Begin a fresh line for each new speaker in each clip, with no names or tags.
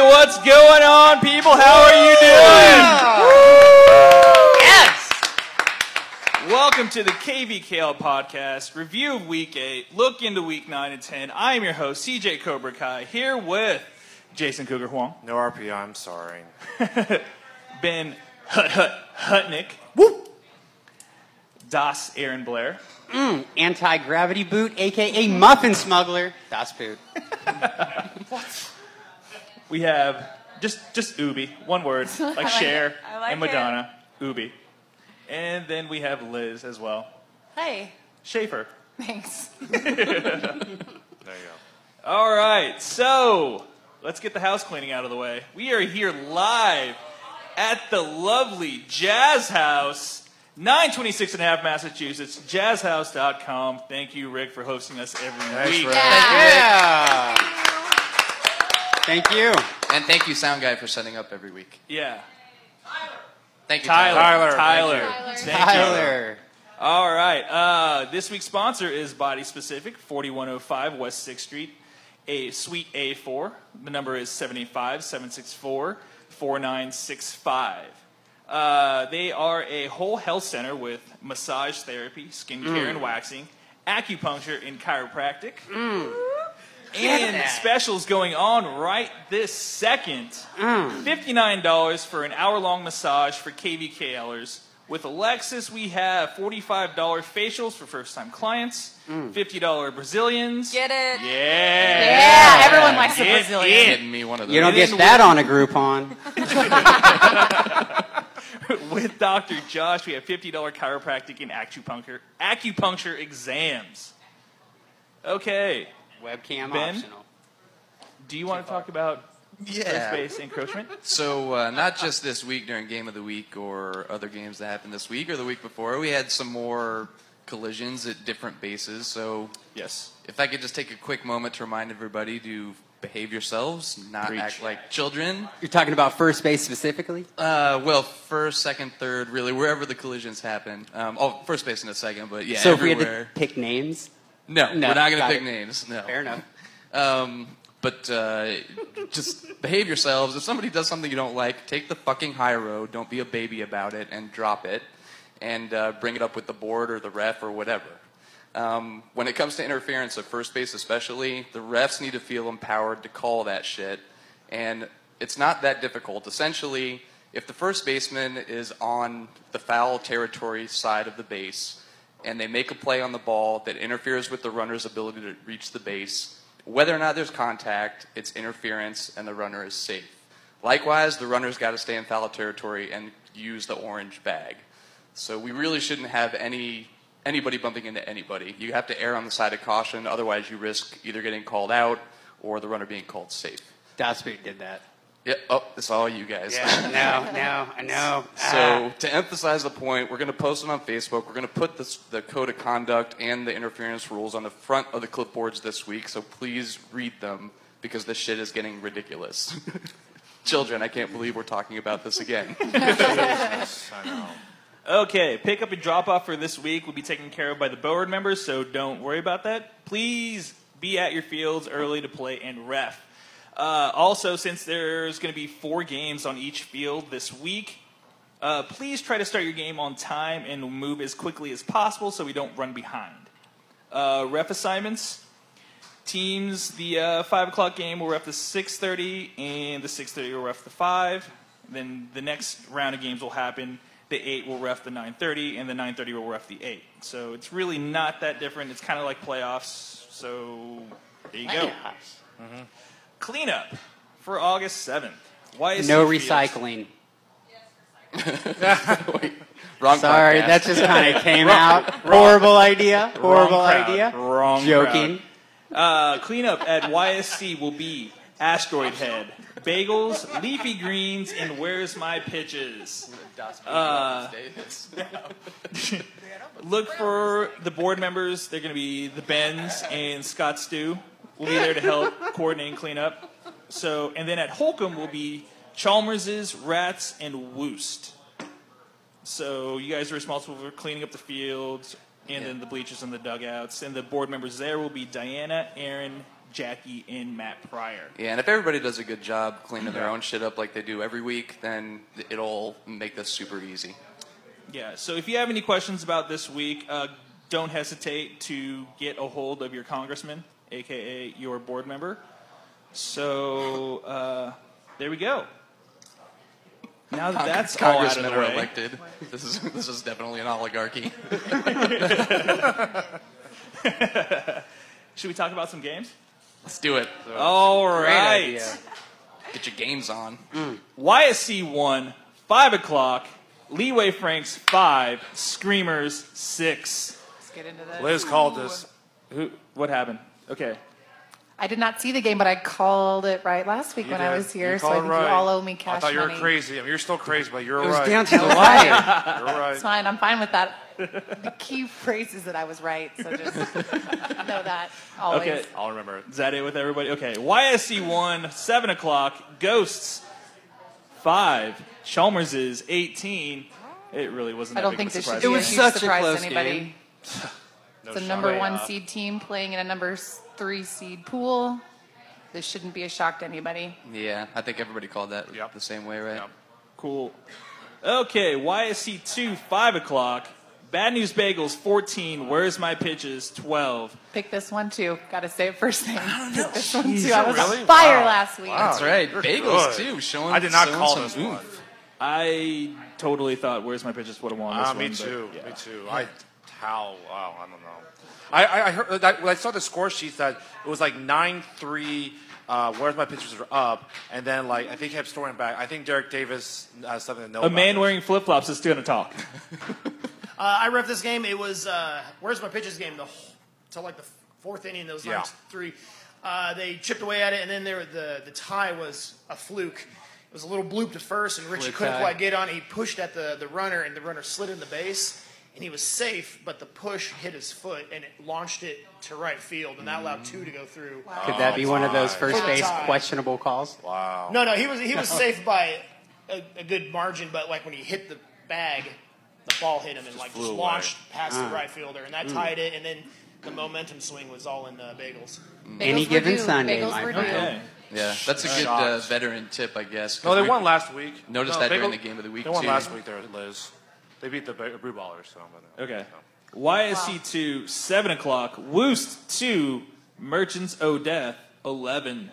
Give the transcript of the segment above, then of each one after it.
What's going on, people? How are you doing?
Yes!
Welcome to the KVKL podcast, review of week eight, look into week nine and ten. I am your host, CJ Cobra Kai, here with Jason Cougar Huang,
No RPI, I'm sorry.
Ben Hut Hut Hutnick,
Woo!
Das Aaron Blair,
Mm,
Anti gravity boot, aka muffin smuggler. Das boot.
we have just just Ubi, one word, like
like
Cher
it. I like
and Madonna, Ubi. And then we have Liz as well.
Hey,
Schaefer.
thanks.
There you go.
All right, so let's get the house cleaning out of the way. We are here live at the lovely Jazz House, 926 and a half Massachusetts, jazzhouse.com. Thank you, Rick, for hosting us every
Thanks,
week.
Rick.
Yeah. Thank you.
And thank you, Sound Guy, for setting up every week.
Yeah.
Thank you,
Tyler.
Tyler.
Tyler,
Tyler.
Tyler.
Thank you.
Tyler.
All right. Uh, this week's sponsor is Body Specific, 4105 West 6th Street, a Suite A4. The number is 785 764 4965. Uh, They are a whole health center with massage therapy, skincare and waxing, acupuncture, and chiropractic.
Hmm.
And
that.
specials going on right this second.
Mm.
$59 for an hour long massage for KVKLers. With Alexis, we have $45 facials for first time clients,
Mm.
$50 Brazilians.
Get it?
Yeah.
Yeah, everyone likes the
Get
Brazilian.
it.
Getting me one of those.
You don't
It is
get that on a Groupon.
With Dr. Josh, we have $50 chiropractic and acupuncture, acupuncture exams. Okay.
Webcam
Ben?
optional.
Do you want to talk about
Yeah.
earth based encroachment?
So, uh, not just this week during Game of the Week or other games that happened this week or the week before, we had some more collisions at different bases. So,
Yes.
if I could just take a quick moment to remind everybody to behave yourselves, not
Preach.
act like children.
You're talking about first base specifically?
Uh, well, first, second, third, really, wherever the collisions happen. Um, oh, first base in a second, but yeah,
so if we had to
everywhere.
pick names?
no,
No,
we're not going to
got
pick
it.
names. No.
Fair enough.
Um, but uh, just behave yourselves. If somebody does something you don't like, take the fucking high road. Don't be a baby about it and drop it and uh, bring it up with the board or the ref or whatever. Um, when it comes to interference at first base, especially, the refs need to feel empowered to call that shit. And it's not that difficult. Essentially, if the first baseman is on the foul territory side of the base, and they make a play on the ball that interferes with the runner's ability to reach the base. Whether or not there's contact, it's interference, and the runner is safe. Likewise, the runner's got to stay in foul territory and use the orange bag. So we really shouldn't have any anybody bumping into anybody. You have to err on the side of caution, otherwise you risk either getting called out or the runner being called safe.
Das boot did that.
Yeah, oh, it's all you guys.
no, no, I know.
So to emphasize the point, we're going to post it on Facebook. We're going to put this, the code of conduct and the interference rules on the front of the clipboards this week. So please read them because this shit is getting ridiculous. Children, I can't believe we're talking about this again.
I know.
Okay, pickup and drop off for this week will be taken care of by the Boward members, so don't worry about that. Please be at your fields early to play and ref. Uh, also, since there's going to be four games on each field this week, uh, please try to start your game on time and move as quickly as possible so we don't run behind. Uh, ref assignments teams the uh, five o'clock game will ref the six thirty, and the six thirty will ref the five. Then the next round of games will happen. The eight will ref the nine thirty, and the nine thirty will ref the eight. So it's really not that different. It's kind of like playoffs. So there you go. Mm-hmm. Cleanup for August seventh. Why
no recycling.
Wrong
Sorry,
podcast.
that just kind of came out. Horrible idea. Horrible
crowd.
idea.
Wrong
Joking.
Uh, cleanup at YSC will be Asteroid Head, Bagels, Leafy Greens, and Where's My Pitches.
Uh,
Look for the board members. They're going to be the Bens and Scott Stew. We'll be there to help coordinate and clean up. So, and then at Holcomb will be Chalmers's, Rats, and Woost. So you guys are responsible for cleaning up the fields and then the bleachers and the dugouts. And the board members there will be Diana, Aaron, Jackie and Matt Pryor.
Yeah, and if everybody does a good job cleaning their
Yeah.
own shit up like they do every week, then it'll make this super easy.
Yeah. So if you have any questions about this week, uh, don't hesitate to get a hold of your congressman, aka your board member. So uh, there we go. Now that that's all out of
Congressmen
the
are
way,
elected. This is this is definitely an oligarchy.
should we talk about some games?
Let's do it.
All right.
idea.
Get your games on.
Mm. YSC one, five o'clock. Leeway Franks five. Screamers six.
Let's get into this.
Liz called this.
Who? What happened? Okay.
I did not see the game, but I called it right last week
You
when
did.
I was here,
You
so I
called
think
right.
you all owe me cash
I thought you were
money.
crazy. I mean, you're still crazy, but you're
It was
right.
down to the wire.
You're right.
It's fine. I'm fine with that. the key phrase is that I was right, so just know that always.
Okay.
I'll remember it.
Is that it with everybody? Okay. YSC one, seven o'clock. Ghosts five. Chalmers' eighteen. It really wasn't.
I don't
that
think
big of a
this should
surprise.
be
It
a
was
huge
such a
surprise
close
to anybody.
game.
No
It's a
shot. uh,
number
Yeah.
one seed team playing in a number s- three seed pool. This shouldn't be a shock to anybody.
Yeah, I think everybody called that
Yep.
the same way, right?
Yep.
Cool. Okay, YSC 2, 5 o'clock. Bad News Bagels, 14. Where's My Pitches, 12.
Pick this one too. Got to say it first thing. Pick this one too. I was
really?
on fire
Wow.
last week.
That's right.
You're
Bagels
good.
too. Showing.
I did not
showing
call
some
this
oomph.
one.
I totally thought Where's My Pitches would have won this
Ah,
one.
me
but,
too.
yeah.
Me too. I how wow, I don't know. I I, I heard that, when I saw the score sheets that it was like nine three. Uh, where's my pictures are up, and then like I think he kept storing back. I think Derek Davis uh, something to know.
A
about
man
this.
wearing flip flops is doing a talk.
Uh, I ref this game. It was uh, where's my pitches game the wh- till like the f- fourth inning. Those
Yeah.
last three, uh, they chipped away at it, and then there the the tie was a fluke. It was a little bloop to first, and Richie
Fluke
couldn't
tie.
quite get on. He pushed at the the runner, and the runner slid in the base, and he was safe. But the push hit his foot, and it launched it to right field, and that allowed two to go through.
Could that
Oh,
be one of those first
Full
base
time.
questionable calls?
Wow.
No, no, he was he was safe by a, a good margin, but like when he hit the bag, the ball hit him and like
flew
just
away.
launched past the right fielder, and that tied it. And then the momentum swing was all in uh, bagels.
Bagels
Any
were
given
due.
Sunday,
Bagels
my
were due.
friend.
Okay.
Mm. Yeah, that's a good uh,
Shots.
veteran tip, I guess. 'cause
No, they
we-
won last week.
Noticed
No,
that
they
during
go-
the game of the week,
They won
too.
last week there, Liz. They beat the Ba- Blue Ballers. So I'm gonna-
Okay.
so.
YSC 2, 7 o'clock. Woost 2, Merchants O'Death, 11.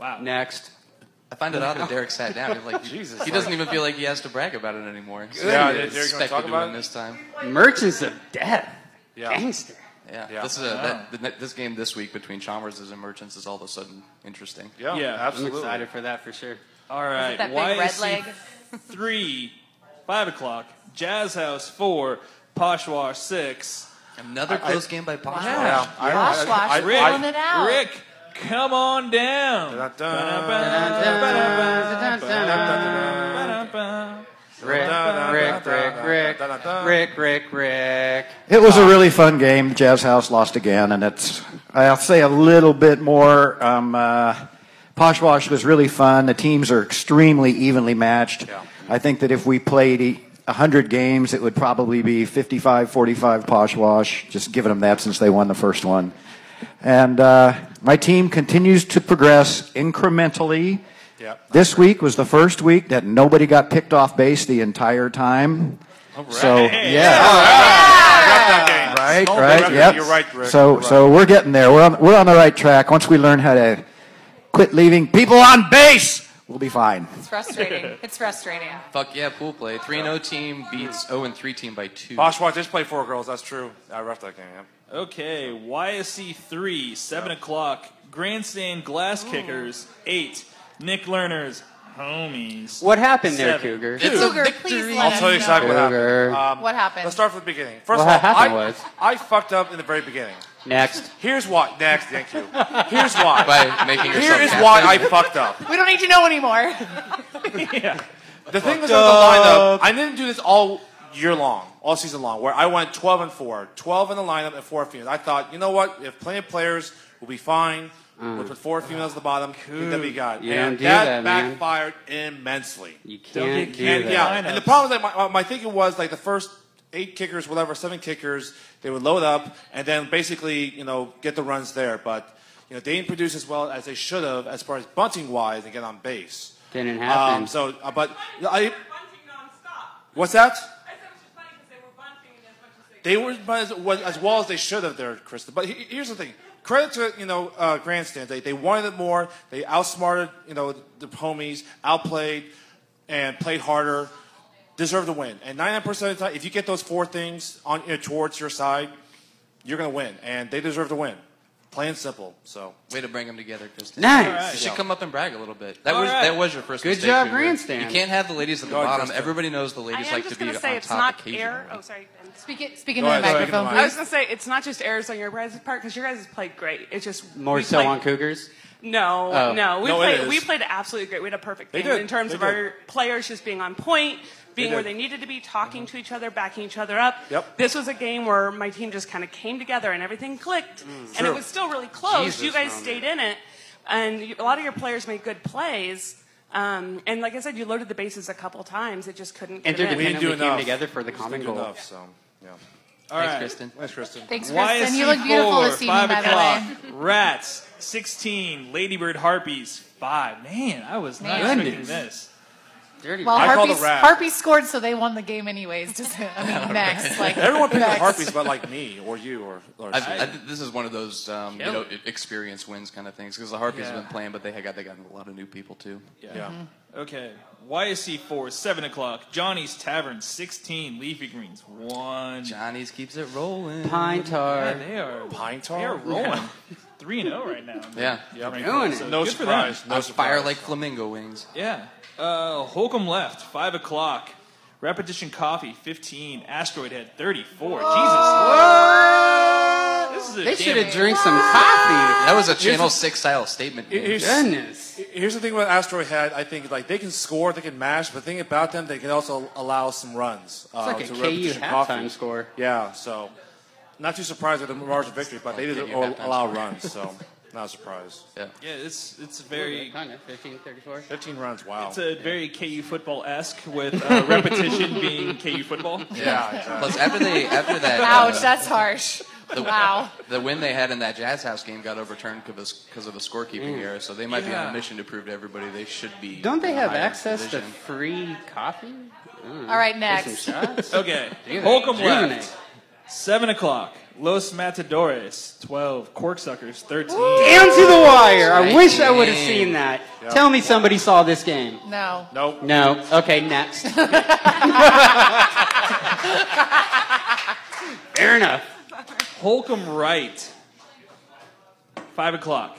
Wow.
Next.
I find it odd that Derek sat down. He's like, Jesus, he doesn't even feel like he has to brag about it anymore. So
Yeah,
he
Derek, you wanna
expected
talk
to
about
win
it?
this time.
Merchants of Death.
Yeah.
Gangster.
Yeah,
Yeah.
this is a, that, the, this game this week between Chalmers and Merchants is all of a sudden interesting.
Yeah,
Yeah.
I'm
absolutely.
excited for that for sure.
All right.
That big red
YSC
leg.
three, five o'clock. Jazz House four, Poshwash six.
Another close game by Posh.
Yeah, I,
Wash,
I-
wash,
I-
Rick,
I-
Pulling it out.
Rick, come on down.
Dun, dun,
Rick, Rick, Rick, Rick, Rick, Rick, Rick.
It was a really fun game. Jazz House lost again, and it's, I'll say a little bit more. Um, uh, Poshwash was really fun. The teams are extremely evenly matched.
Yeah.
I think that if we played e- 100 games, it would probably be 55 45 Poshwash, just giving them that since they won the first one. And uh, my team continues to progress incrementally.
Yeah.
This week was the first week that nobody got picked off base the entire time. So, yeah.
That game.
Right,
Small
right,
record.
yep.
You're right, Rick.
So,
You're
so we're getting there. We're on, we're on the right track. Once we learn how to quit leaving people on base, we'll be fine.
It's frustrating. It's frustrating.
Fuck yeah, pool play. 3 and 0 team beats 0 and 3 team by 2.
Bosch Watch just play four girls. That's true. I ref that game. Yeah.
Okay, YSC three, seven o'clock. Grandstand Glass Kickers eight. Nick Lerner's homies.
What happened there,
Seven.
Cougar?
It's a
Cougar,
victory.
please let
I'll
us
tell you
know.
exactly what
Cougar.
happened. Um,
What happened?
Let's start from the beginning. First
What
of all, I,
happened was-
I fucked up in the very beginning.
Next.
Here's why. Next, thank you. Here's why.
by making
Here
yourself
is
captain.
why I fucked up.
We don't need to know anymore.
The thing is with the lineup, I didn't do this all year long, all season long, where I went 12 and 4, 12 in the lineup and 4 females. I thought, you know what? If plenty of players will be fine, we'll put 4 females at the bottom, cool. that we got.
Mm. You
and
don't do that,
that,
man.
backfired immensely.
You
get
can't do
canned
that.
Yeah,
Lineups.
and the problem is that my, my thinking was like the first eight kickers, whatever, seven kickers, they would load up and then basically, you know, get the runs there. But You know, they didn't produce as well as they should have as far as bunting wise and get on base.
Didn't happen.
Um, so, uh, but I,
bunting nonstop.
what's
I
that?
said it was just funny because they were bunting as much as they
They were as, was, as well as they should have there, Krista. But he, here's the thing: credit to you know uh, grandstand. They they wanted it more. They outsmarted you know the homies, outplayed, and played harder. Deserved to win. And 99 percent of the time, if you get those four things on you know, towards your side, you're gonna win. And they deserve to win. Plain and simple. So
Way to bring them together, Kristen.
Nice.
You should come up and brag a little bit. That
All
was
right.
that was your first.
Good
mistake,
job,
Cougar.
grandstand.
You can't have the ladies at the
Go ahead,
bottom.
Kristen.
Everybody knows the
I
ladies
am
like
just
to be
going to say
on
it's
top
not
occasionally.
air. Oh, sorry. And
Speak it, speaking
Go
to the
ahead, go
microphone,
ahead, get the
I was
please.
going to say it's not just errors on your guys' part because your guys played great. It's just
More
we
so
played-
on Cougars.
No,
Oh.
no, we
No, it
played.
is.
We played absolutely great. We had a perfect
They
game
did.
in terms
They
of
did.
our players just being on point, being
They
where
did.
they needed to be, talking to each other, backing each other up.
Yep.
This was a game where my team just kind of came together and everything clicked, and
Mm. True.
it was still really close.
Jesus,
you guys
Roman.
stayed in it, and you, a lot of your players made good plays. Um, and like I said, you loaded the bases a couple times. It just couldn't. Get it in.
We didn't
Interdependent,
do
we came
enough.
together for the
Just
common
didn't do
goal.
enough, so yeah.
All
Thanks,
right.
Kristen.
Thanks, Kristen.
Thanks, Kristen.
YSC
You look beautiful
four,
this evening,
five
by the way.
o'clock. Rats, 16. Ladybird Harpies, 5. Man, I was not
Man.
expecting this.
Dirty
Well,
I call the
Harpies,
rap.
Harpies scored, so they won the game anyways. Just, I mean, Max. Like,
Everyone picked the
Max.
harpies, but like me or you or. or
I've, I, think this is one of those um, you
Kill
know
it.
e- experience wins kind of things because the Harpies
Yeah.
have been playing, but they had got they gotten a lot of new people too.
yeah.
Mm-hmm.
Okay. YSC 4, 7 o'clock. Johnny's Tavern, 16. Leafy Greens, 1.
Johnny's keeps it rolling.
pine
Yeah,
tar.
they are,
Pine tar?
they are rolling. 3 and 0 right now.
Yeah.
Doing it.
No
Good for them.
surprise. No
On fire
surprise.
like flamingo wings.
Yeah. Uh, Holcomb left, 5 o'clock. Repetition Coffee, 15. Asteroid Head, 34. Jesus. This is a
They
damn-
should have drank some coffee.
That was a Channel Six style statement. man.
Here's-
Goodness.
Here's the thing with Asteroid Head. I think like they can score, they can mash, but the thing about them, they can also allow some runs. Uh,
It's like
to
a KU
Repetition Coffee.
halftime score.
Yeah, so not too surprised with the margin of victory, but they
I'll
did
give you halftime
allow
score.
runs, so not surprised.
Yeah, it's, it's very
Kind of, 15, 34.
15 runs, wow.
It's a very KU football esque with uh, repetition being KU football.
yeah, exactly.
Plus, after they after that, uh,
Ouch, that's harsh. Wow.
the win they had in that Jazz House game got overturned because of a scorekeeping error. So they might be on
Yeah.
a mission to prove to everybody they should be.
Mm. Don't they
in a
have
higher
access
division.
to free coffee? Mm.
All right,
Some
next.
shots?
Okay.
Dude,
Holcomb
rejuvenate.
left. 7 o'clock. Los Matadores, 12. Corksuckers, 13.
Down to the wire. I
Nice
wish I would have
game.
seen that. Tell me somebody saw this game.
No.
Nope.
No. Okay, next. Fair enough.
Holcomb Wright, 5 o'clock.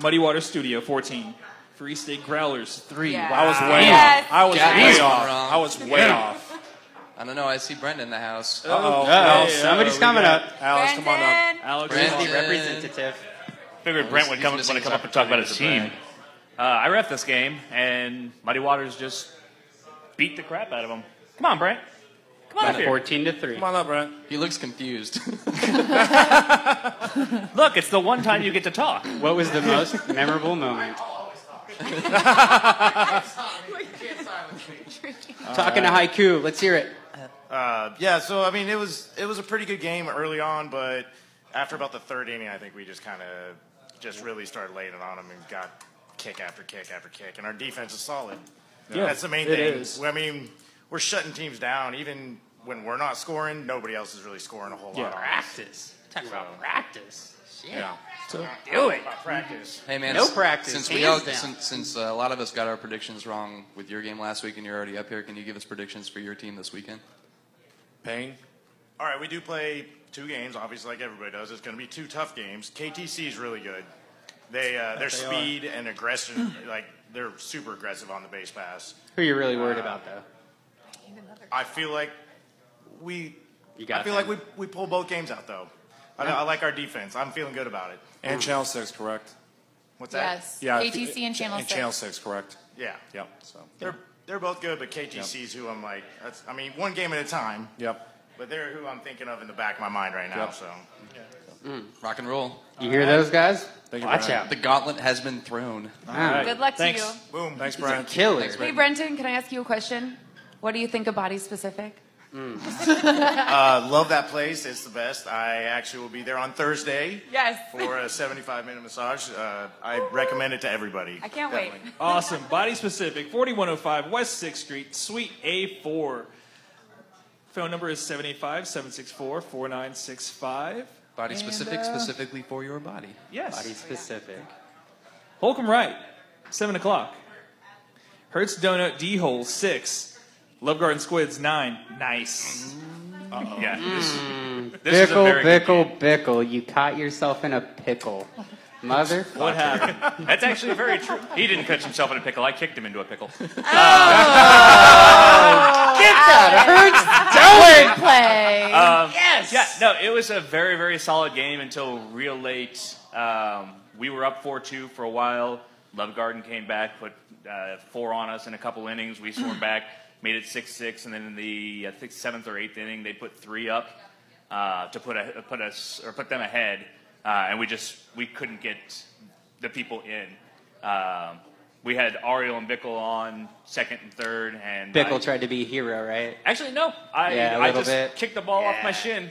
Muddy Water Studio, 14. Free State Growlers, 3.
Yeah.
I was way
Yes.
off. I was
Damn.
way off.
Wrong.
I was way off.
I don't know. I see Brent in the house.
Uh-oh.
Oh,
Alice,
somebody's coming up.
Alice, come on up.
Alex
Brandon.
Long.
The representative.
Figured Brent would
uh, he's
come, want
missing
to come
his
up and talk about his
opportunity
team. Uh, I ref this game, and Muddy Waters just beat the crap out of him. Come on, Brent. Come on up here.
14 to 3.
Come on up, Brent.
He looks confused.
Look, it's the one time you get to talk.
What was the most memorable moment? Talking to haiku. Let's hear it.
Uh, yeah, so I mean, it was it was a pretty good game early on, but after about the third inning, I think we just kind of just really started laying it on them and got kick after kick after kick, and our defense is solid.
Yeah,
That's the main
it
thing.
is.
I mean, we're shutting teams down, even when we're not scoring. Nobody else is really scoring a whole lot. on us.
Practice. Talking about practice. Shit.
Yeah.
Do it.
By practice.
Hey man,
No
s-
practice,
Since we
hands
all,
down.
since, since uh, a lot of us got our predictions wrong with your game last week, and you're already up here, can you give us predictions for your team this weekend?
Payne.
All right, we do play two games, obviously, like everybody does. It's going to be two tough games. KTC is really good. They uh, their speed and aggression, like they're super aggressive on the base pass.
Who you really worried about, though?
I feel like we.
You got
I feel
them.
like we we pull both games out though. I, know, I like our defense. I'm feeling good about it.
And Channel 6, correct?
What's that?
Yes.
Yeah.
ATC and Channel
And
6.
Channel 6, correct?
Yeah.
Yep. So.
They're they're both good, but KTC's who I'm like. That's, I mean, one game at a time.
Yep.
But they're who I'm thinking of in the back of my mind right now.
Yep.
So
Mm. Rock and roll.
You hear those guys?
Thank you,
Watch
Brian.
out.
The gauntlet has been thrown.
Wow.
Good luck
Thanks.
to you.
boom.
Thanks, Brian.
Killer.
Hey, Brenton, can I ask you a question? What do you think of body specific?
Mm.
uh, love that place. It's the best. I actually will be there on Thursday.
Yes.
For a 75 minute massage. Uh, I recommend it to everybody.
I can't wait.
Awesome. Body specific, 4105 West 6th Street, Suite A4. Phone number is 785 764 4965.
Body specific, specifically for your body.
Yes.
Body specific.
Holcomb Wright, 7 o'clock. Hertz Donut D Hole, 6. Love Garden Squids, 9. Nice.
Yeah. This, this is a
Bickle,
very good
bickle, bickle. You caught yourself in a pickle. Mother.
What happened? That's actually very true. He didn't catch himself in a pickle. I kicked him into a pickle.
Oh.
Get
that.
Hurts. Don't play.
Um,
yes.
Yeah, no, it was a very, very solid game until real late. Um, we were up 4 2 for a while. Love Garden came back, put uh, four on us in a couple innings. We swarmed back, made it 6 6, and then in the I think seventh or eighth inning, they put three up uh, to put, a, put us or put them ahead, uh, and we just we couldn't get the people in. Um, we had Ariel and Bickle on second and third, and I-
Bickle tried to be a hero, right?
Actually, no. I,
Yeah, a
I
little
just
bit.
kicked the ball off my shin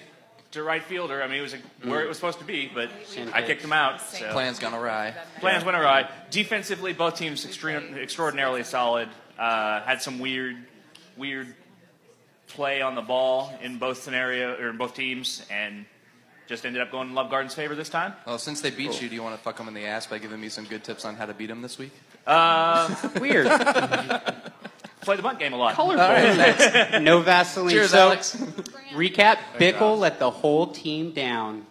to right fielder. I mean, it was
Mm.
where it was supposed to be, but I kicked him out. So.
Plans gone awry.
Plans went awry. Defensively, both teams extreme, extraordinarily solid. Uh, had some weird, weird play on the ball in both scenario or in both teams, and just ended up going in Love Garden's favor this time.
Well, since they
Oh.
beat you, do you want to fuck them in the ass by giving me some good tips on how to beat them this week?
Uh,
Weird.
play the bunt game a lot.
All right, thanks. no Vaseline.
Cheers,
so,
Alex.
recap:
Thank
Bickle let the whole team down.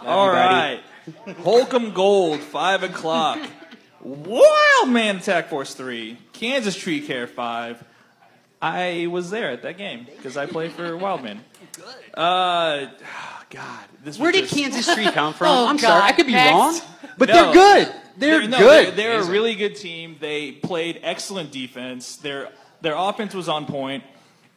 All right. Holcomb Gold, 5 o'clock. Wild Man Attack Force 3. Kansas Tree Care 5. I was there at that game because I played for Wildman. Uh, oh, God. This was
Where did
just- Oh,
Kansas Tree come from? I'm sorry, I could be wrong, but
No.
they're good. They're
no,
good.
They're, they're a really good team. They played excellent defense. Their their offense was on point.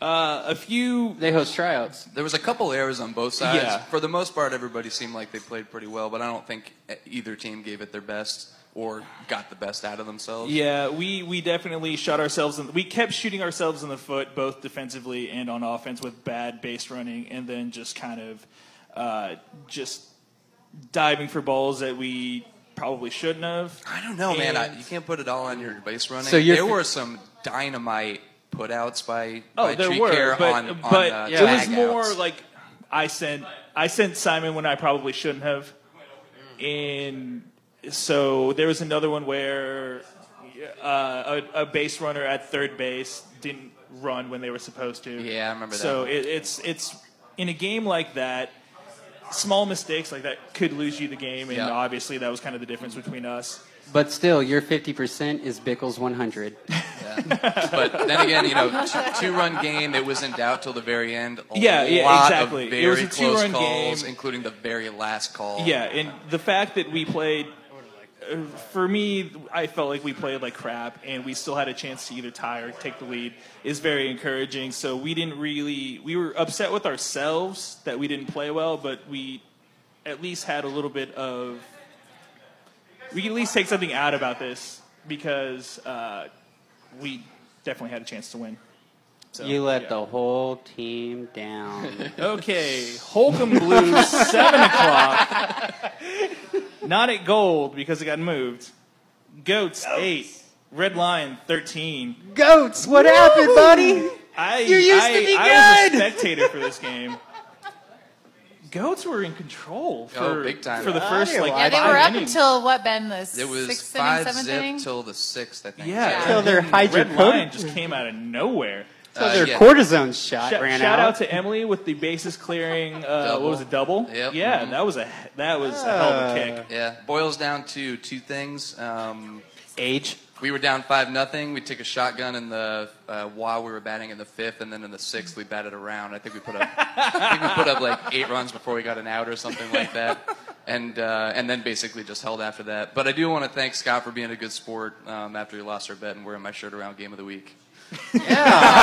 Uh, a few.
They host tryouts.
There was a couple errors on both sides.
Yeah.
For the most part, everybody seemed like they played pretty well, but I don't think either team gave it their best or got the best out of themselves.
Yeah, we we definitely shot ourselves in. We kept shooting ourselves in the foot, both defensively and on offense, with bad base running, and then just kind of uh, just diving for balls that we probably shouldn't have.
I don't know, man. I, you can't put it all on your base running.
So you're-
there were some dynamite putouts by,
Oh,
by
there
Tree
were,
Care
but,
on, on,
but
uh,
it was
tag
more
outs.
like I sent I sent Simon when I probably shouldn't have, and so there was another one where uh, a, a base runner at third base didn't run when they were supposed to.
Yeah, I remember that
So
one.
it, it's it's in a game like that. Small mistakes like that could lose you the game, and
Yeah.
obviously that was kind of the difference between us.
But still, your 50% is Bickle's 100.
but then again, you know, two run game. It was in doubt till the very end. A
Yeah, yeah,
lot
exactly.
Of
It
very
was a
close
two-run
calls,
game.
including the very last call.
Yeah, and the fact that we played, uh, for me, I felt like we played like crap, and we still had a chance to either tie or take the lead is very encouraging. So we didn't really, we were upset with ourselves that we didn't play well, but we at least had a little bit of, we could at least take something out about this because uh, we definitely had a chance to win. So,
you let
yeah.
the whole team down.
Okay, Holcomb Blue, 7 o'clock. Not at gold because it got moved. Goats, 8. Red Lion, 13.
Goats, what happened, buddy?
I,
You used
I,
to be
I was a
good.
spectator for this game. Goats were in control for,
Oh, big time.
for the first like
yeah, they
five
were up
innings.
until what, Ben? The
It was
sixth
five
inning, seventh
zip
inning.
till the sixth, I think.
yeah,
Till their
Red
hydrocodone-
Lion just came out of nowhere.
Uh,
So their cortisone shot
Shout-
ran
shout
out.
to Emily with the bases clearing. Uh,
Double.
what was it? Double.
Yep. Mm-hmm.
Yeah, that was a that was a hell of a kick.
Uh, Yeah, boils down to two things. Um,
Age.
We were down five nothing. We took a shotgun in the uh, while we were batting in the fifth, and then in the sixth we batted around. I think we put up, I think we put up like eight runs before we got an out or something like that, and uh, and then basically just held after that. But I do want to thank Scott for being a good sport um, after he lost our bet and wearing my shirt around game of the week.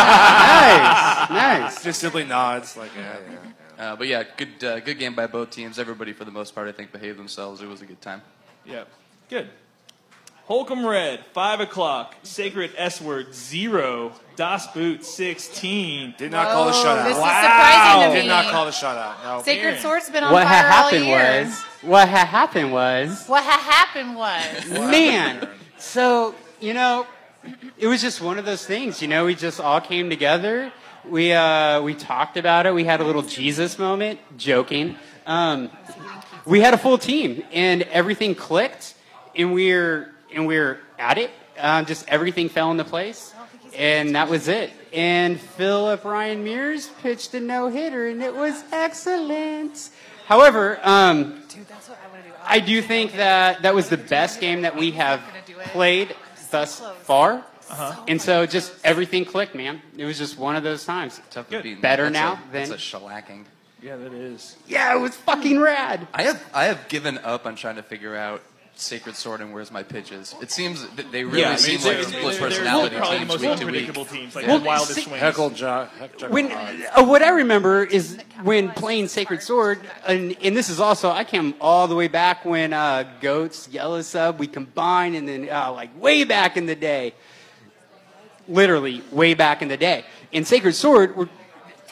nice, nice.
Just simply nods, like yeah, yeah.
Uh, but yeah, good uh, good game by both teams. Everybody for the most part, I think, behaved themselves. It was a good time.
Yep. Good. Holcomb Red, 5 o'clock. Sacred S Word, 0. Das Boot, 16.
Did not call the
Whoa,
shutout.
Oh, this is surprising to Wow. me.
Did not call the shutout. No.
Oh, Sacred Sword's been on
What
fire
had
all
happened
year.
was, what had happened was,
What had happened was.
man so you know it was just one of those things you know we just all came together we uh we talked about it we had a little jesus moment joking um we had a full team and everything clicked and we're and we're at it um, just everything fell into place and that was it and philip ryan mears pitched a no-hitter and it was excellent however um I do think that that was the best game that we have played thus far.
Uh-huh.
And so just everything clicked, man. It was just one of those times.
Tough to beat.
Better
That's
now
a, That's
than.
a shellacking.
Yeah, that is.
yeah, it was fucking rad.
I have I have given up on trying to figure out Sacred Sword and where's my pitches. It seems that they really
Yeah, I mean,
seem
they're-
like
they're-
split
they're
personality
probably the
teams
most
week to week.
unpredictable teams, like
Well,
the wildest
Sa-
swings.
Heckle, jo- heck,
When uh, what I remember is when playing Sacred Sword, and, and this is also I came all the way back when uh, Goats Yellow Sub we combined, and then uh, like way back in the day, literally way back in the day. And Sacred Sword, were,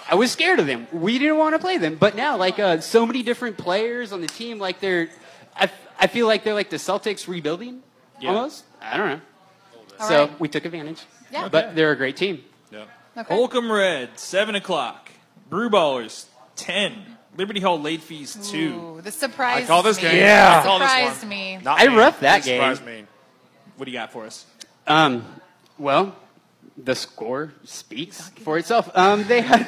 I was scared of them. We didn't want to play them, but now like uh, so many different players on the team, like they're, I, I feel like they're like the Celtics rebuilding, almost. I don't know.
All
So
right.
we took advantage,
Yeah.
but they're a great team.
Holcomb Red, 7 o'clock. Brew Ballers, 10. Liberty Hall late fees, 2.
Ooh, this surprised
I call this
me.
game. Yeah.
This
I call this
surprised
one.
me.
Not
I
me.
roughed that
Didn't surprise
game.
me. What do you got for us?
Um, well, the score speaks for itself. Um, they had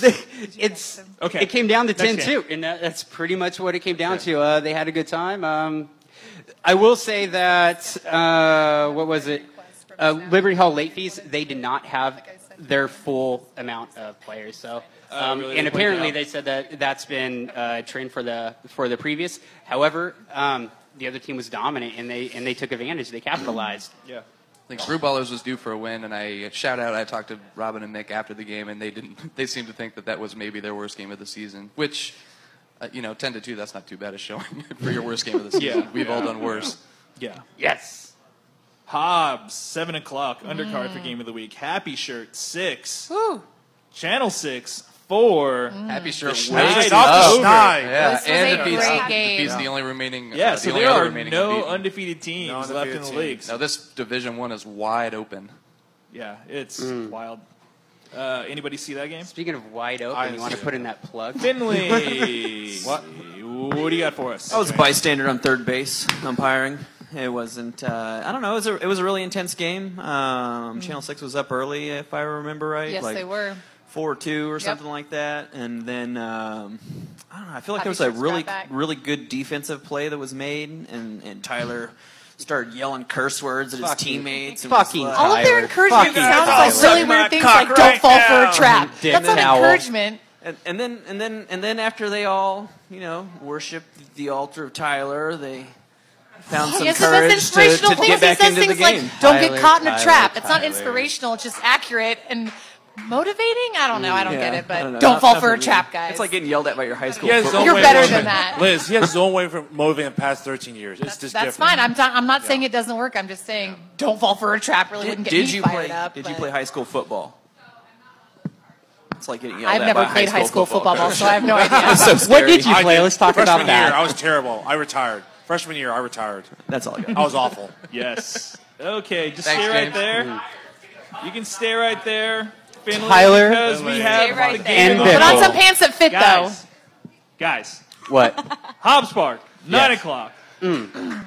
they, it's
okay.
It came down to
Next
ten
game.
two, and that, that's pretty much what it came down to. Uh, they had a good time. Um, I will say that uh, what was it? Uh, Liberty Hall late fees. They did not have their full amount of players. So, um,
Uh, really?
and
They pointed
apparently
out?
they said that that's been uh, a trend for the for the previous. However, um, the other team was dominant, and they and they took advantage. They capitalized.
Yeah.
I think Brew Ballers was due for a win, and I shout out. I talked to Robin and Nick after the game, and they didn't. They seemed to think that that was maybe their worst game of the season, which, uh, you know, ten to two. That's not too bad a showing for your worst game of the season.
Yeah.
We've all
Yeah.
done worse.
Yeah.
Yes.
Hobbs, 7 o'clock, undercard
Mm.
for game of the week. Happy Shirt, 6. Channel 6, 4.
Mm.
Happy Shirt
The
wins.
Schneid
It's
is
off the
over.
Schneid. Yeah, This was and a it beats- great it
game.
beats the only remaining-
Yeah,
uh,
so
the only
there
other
are
remaining
no
unbeaten.
undefeated teams left in the league.
Now this Division One is wide open.
Yeah, it's
Hmm.
Mm.
wild. Uh, anybody see that game?
Speaking of wide open, you want to put in that plug?
Finley.
What?
What do you got for us?
I was a bystander on third base, umpiring. It wasn't. Uh, I don't know. It was a, it was a really intense game. Um, Channel Six was up early, if I remember right.
Yes,
like
they were.
Four or two or
Yep.
something like that, and then um, I don't know. I feel like
Happy
there was a
Shirts got
really
back.
really good defensive play that was made, and and Tyler. Started yelling curse words at his
Fucking-
teammates. and
fucking
was like-
All of their encouragement sounds like really weird things like don't fall for a trap.
Dick
That's not
towel.
encouragement.
And, and then and then and then after they all you know worship the altar of Tyler, they found some
Oh, Yes, it says
courage to,
inspirational
to
things.
get
It
back
says
into the
things
game.
like don't get caught in a trap. It's not inspirational. It's just accurate and motivating. I don't know. I don't
Yeah,
get it,
I
but
know.
don't,
Not-
fall for a
nothing-
trap, guys.
It's like getting yelled at by your high school.
He has his
football
own
You're
way
better
of-
than that.
Liz, he has his own way for motivating the past 13 years. It's just
That's
different.
fine. I'm, ta- I'm not saying it doesn't work. I'm just saying don't fall for a trap. Really wouldn't
Did,
get
did
me
you
fired
play?
up.
did
but-
you play high school football? It's like getting yelled
I've
at
never
by
played high school football,
coach.
so I have no idea.
It's so
What did
scary.
you play? Let's talk
Freshman
about that.
year, I was terrible. I retired. Freshman year, I retired.
That's all I got.
I was awful.
Yes. Okay, just
Thanks,
stay right
James.
there.
Mm-hmm.
You can stay right there, Finley,
Tyler
because we have
right
the
there.
game.
And
of the
Bickle. Put on some
week.
pants that fit,
guys, Guys,
What?
Hobbs Park, nine
Yes.
o'clock.
Mm.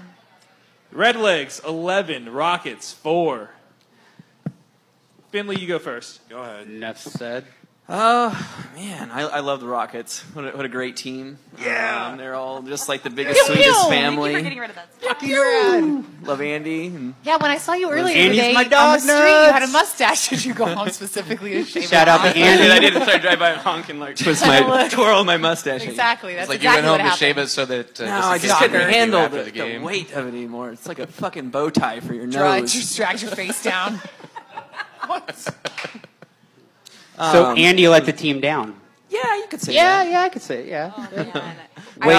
Red Legs, eleven. Rockets, four. Finley, you go first.
Go ahead.
Enough said.
Oh man, I, I love the Rockets. What a, what a great team! Yeah, um, they're all just like the biggest,
Pew,
sweetest
pew. Thank you for
family.
getting rid of that. Fucking
Love Andy. And
Yeah, when I saw you earlier
Andy's
today
my
on
dog
the street, you had a
nuts.
mustache. Did you go home specifically to shave
Shout
it
out to
off?
Andy. I did. I did. So I drive by and honk and like twist my twirl my mustache.
Exactly. That's
like you
exactly
went home
what
to
happened.
Shave it so that
No,
uh, just in
I
case
just
they
couldn't
hate you
handle
after
the,
the
the
game.
weight of it anymore. It's like a fucking bow tie for your
Draw,
nose.
just drag your face down. what?
So
Um,
Andy let the team down.
Yeah, you could say
Yeah,
that.
Oh.
yeah, I could say it, yeah.
Wait
I
up,
know,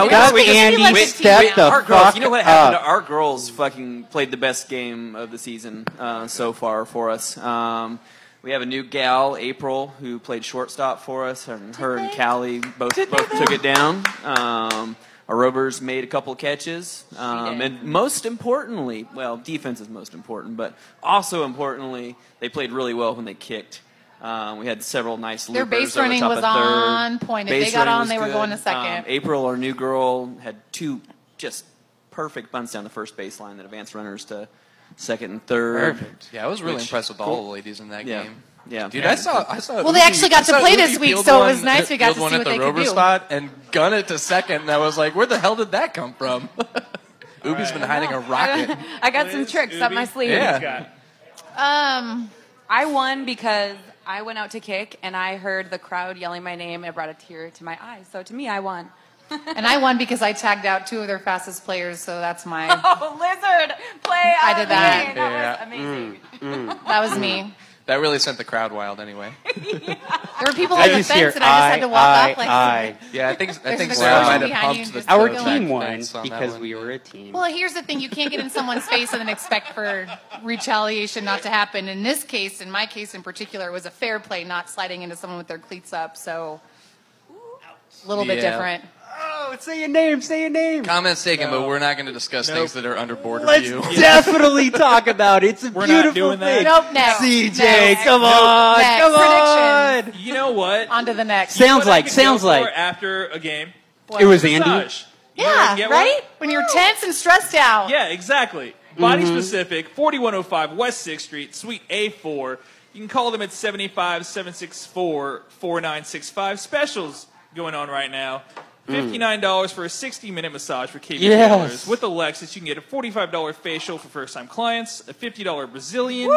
it's gonna be
Andy.
like
Wait,
a team
wait,
now.
our girls, You know what happened? Our girls fucking played the best game of the season uh, so far for us. Um, we have a new gal, April, who played shortstop for us, and her and Callie both both took it down. Um, our Rovers made a couple catches, um, and most importantly, well, defense is most important, but also importantly, they played really well when they kicked. Um, we had several nice
Their
loopers
base
over
running
top
was
of third.
on point. If
Base
they got
running
on,
was
they were
good.
going to second.
Um, April, our new girl, had two just perfect bunts down the first baseline that advanced runners to second and third.
Perfect. Yeah, I was really
Which-
impressed with all the ladies in that
Yeah.
game.
Yeah,
Dude, I saw. I saw.
Well, they
Uzi-
actually got
I
to
saw
play
Uzi
this week,
field
so it
one-
was nice we got
field
to
one
see
at
what
the
they could
rover
do.
spot and gun it to second. And I was like, where the hell did that come from? Ubi's been hiding a rocket.
I got some tricks up my sleeve.
Yeah.
Um, I won because I went out to kick and I heard the crowd yelling my name and it brought a tear to my eye. So to me, I won.
and I won because I tagged out two of their fastest players, so that's my.
Oh, lizard, play!
I did that.
on me. That
Yeah.
was amazing.
That was me.
That really sent the crowd wild, anyway.
There were people on the fence, and I just had to walk up like.
Yeah, I think I
There's
think
a
Sarah
crowd
might have
behind you
pumped the
just Our going.
team
the
won
defense on that
because
one.
we were a team.
Well, here's the thing: you can't get in someone's face and then expect for retaliation not to happen. In this case, in my case in particular, it was a fair play, not sliding into someone with their cleats up. So, a little bit
Yeah.
different.
Oh, say your name. Say your name.
Comments taken, but we're not going to discuss things that are under board
Let's
review.
definitely talk about it. It's a
We're not
beautiful
doing that.
thing.
Nope,
next.
CJ,
Next.
come
Nope.
on,
Next.
come on.
Prediction.
You know what?
On to the next.
Sounds
What I
like-
could go
sounds
for
like.
After a game,
It was
massage.
Andy.
Yeah,
Yeah,
get
right.
one?
When you're tense and stressed out.
Yeah, exactly. Body
Mm-hmm.
Mhm.
specific, 4105 West 6th Street, Suite A4. You can call them at 75 764 4965. Specials going on right now.
Mm.
$59 for a 60 minute massage for KB
Yes.
dealers. With Alexis, you can get a $45 facial for first time clients, a $50 Brazilian.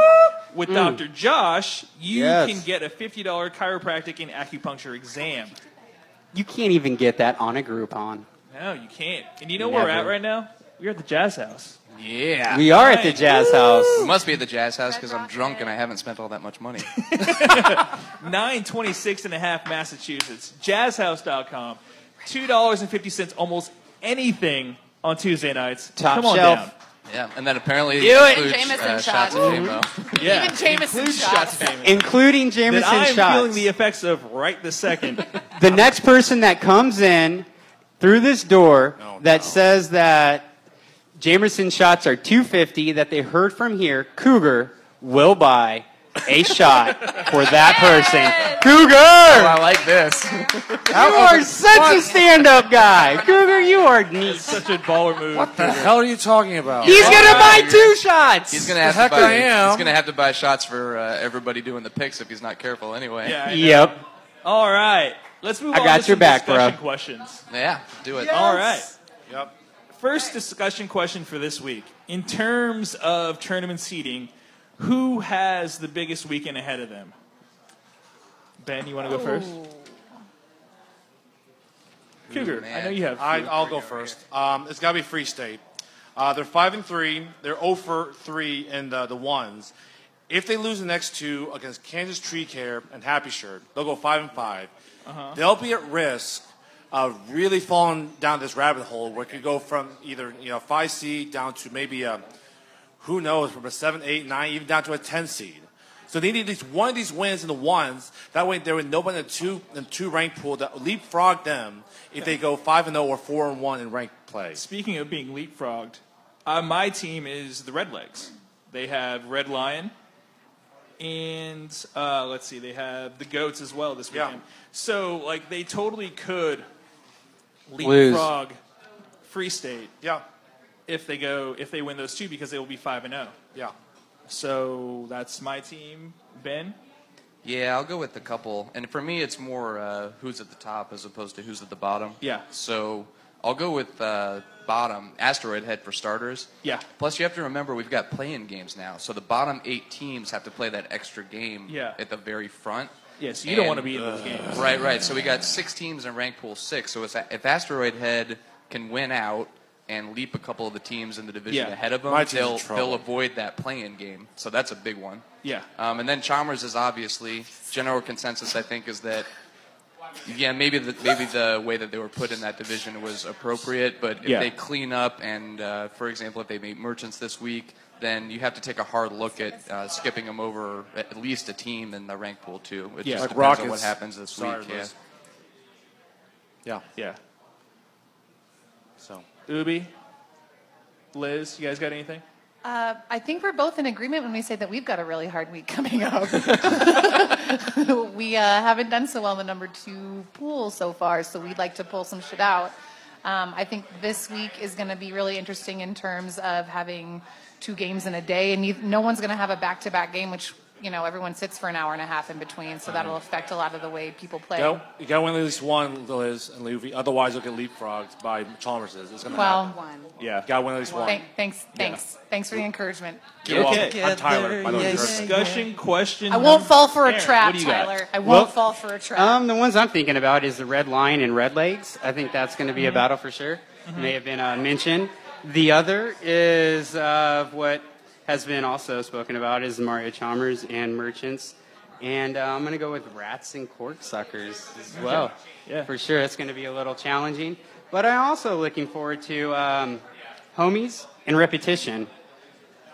With
Mm.
Dr. Josh, you
Yes.
can get a $50 chiropractic and acupuncture exam.
You can't even get that on a Groupon.
No, you can't. And you know where we're at
Never.
right now? We're at the Jazz House.
Yeah.
We are at the Jazz House.
We must be at the Jazz House because I'm drunk and I haven't spent all that much money.
926 and a half Massachusetts, jazzhouse.com. $2.50 almost anything on Tuesday nights.
Top
Come on
shelf.
down.
Yeah, and then apparently
Do it.
includes,
Jameson
uh,
shots.
shots of Jamo.
Yeah.
Even Jameson
Mm-hmm. Includes
shots.
Including Jameson
that I'm
shots.
feeling the effects of right this second.
The next person that comes in through this door
Oh,
that says that Jamerson shots are 250 that they heard from here, Cougar will buy a shot for that person. Cougar!
Oh, I like this.
You are such a stand-up guy. Cougar, you are neat.
Such a baller move.
What the hell are you talking about?
He's gonna buy two shots.
He's gonna have
The heck
to buy.
I am.
He's gonna have to buy shots for uh, everybody doing the picks if he's not careful. Anyway.
Yeah, I know.
Yep.
All right. Let's move
I
on
got
to
your
some
back, bro.
discussion questions.
Yeah, do it.
All right.
Yep.
First discussion question for this week. In terms of tournament seeding, who has the biggest weekend ahead of them? Ben, you want to go first? Cougar, I know you have.
I, I'll go first. Um, it's got to be Free State. Uh, they're five and three. They're 0 for three in the, the ones. If they lose the next two against Kansas Tree Care and Happy Shirt, they'll go five and five.
Uh-huh.
They'll be at risk of really falling down this rabbit hole where it could go from either you know five seed down to maybe a who knows from a seven, eight, nine, even down to a ten seed. So they need at least one of these wins in the ones. That way there would nobody in the two in the two ranked pool that would leapfrog them if they go five and zero or four and one in ranked play.
Speaking of being leapfrogged, uh, my team is the Redlegs. They have Red Lion, and uh, let's see, they have the Goats as well this weekend. So, like, they totally could
Lose.
leapfrog Free State.
Yeah.
If they go, if they win those two, because they will be five and zero.
Yeah.
So that's my team, Ben.
Yeah, I'll go with the couple. And for me, it's more uh, who's at the top as opposed to who's at the bottom.
Yeah.
So I'll go with uh, bottom, Asteroid Head for starters.
Yeah.
Plus, you have to remember we've got playing games now. So the bottom eight teams have to play that extra game
Yeah.
at the very front.
Yeah, so you don't
And-
wanna be in those games.
Right, right. So we got six teams in rank pool six. So it's, if Asteroid Head can win out and leap a couple of the teams in the division
Yeah.
ahead of them,
My team's in
they'll,
trouble.
they'll avoid that playing game. So that's a big one.
Yeah.
Um, and then Chalmers is obviously general consensus. I think is that yeah, maybe the maybe the way that they were put in that division was appropriate. But if
Yeah.
they clean up, and uh, for example, if they meet merchants this week, then you have to take a hard look at uh, skipping them over at least a team in the rank pool too. It
Yeah.
just
Like
depends on
Rockets,
what happens this
sorry,
week. Yeah.
Liz. Yeah.
Yeah.
So.
Ubi, Liz, you guys got anything?
Uh, I think we're both in agreement when we say that we've got a really hard week coming up. we uh, haven't done so well in the number two pool so far, so we'd like to pull some shit out. Um, I think this week is going to be really interesting in terms of having two games in a day, and neith- no one's going to have a back to back game, which you know everyone sits for an hour and a half in between, so that'll affect a lot of the way people play.
Go, you got to win at least one, Liz and Luffy. Otherwise, you'll get leapfrogged by Chalmers's. It's going to
Well,
happen.
One.
Yeah.
Got to win at least one.
Thank- thanks, thanks, thanks for the encouragement.
You're welcome. I'm Tyler, by the way.
Yeah, yeah,
Discussion question.
I won't fall for a
Aaron,
trap,
what do you got?
Tyler. I won't
Well,
fall for a trap.
Um, the ones I'm thinking about is the Red Lion and Red Legs. I think that's going to be
Mhm.
Mm-hmm.
a battle for sure.
Mhm.
May have been uh, mentioned. The other is uh, what has been also spoken about is Mario Chalmers and Merchants. And uh, I'm going to go with Rats and Corksuckers as well.
Yeah.
For sure, it's going to be a little challenging. But I'm also looking forward to um, Homies and Repetition.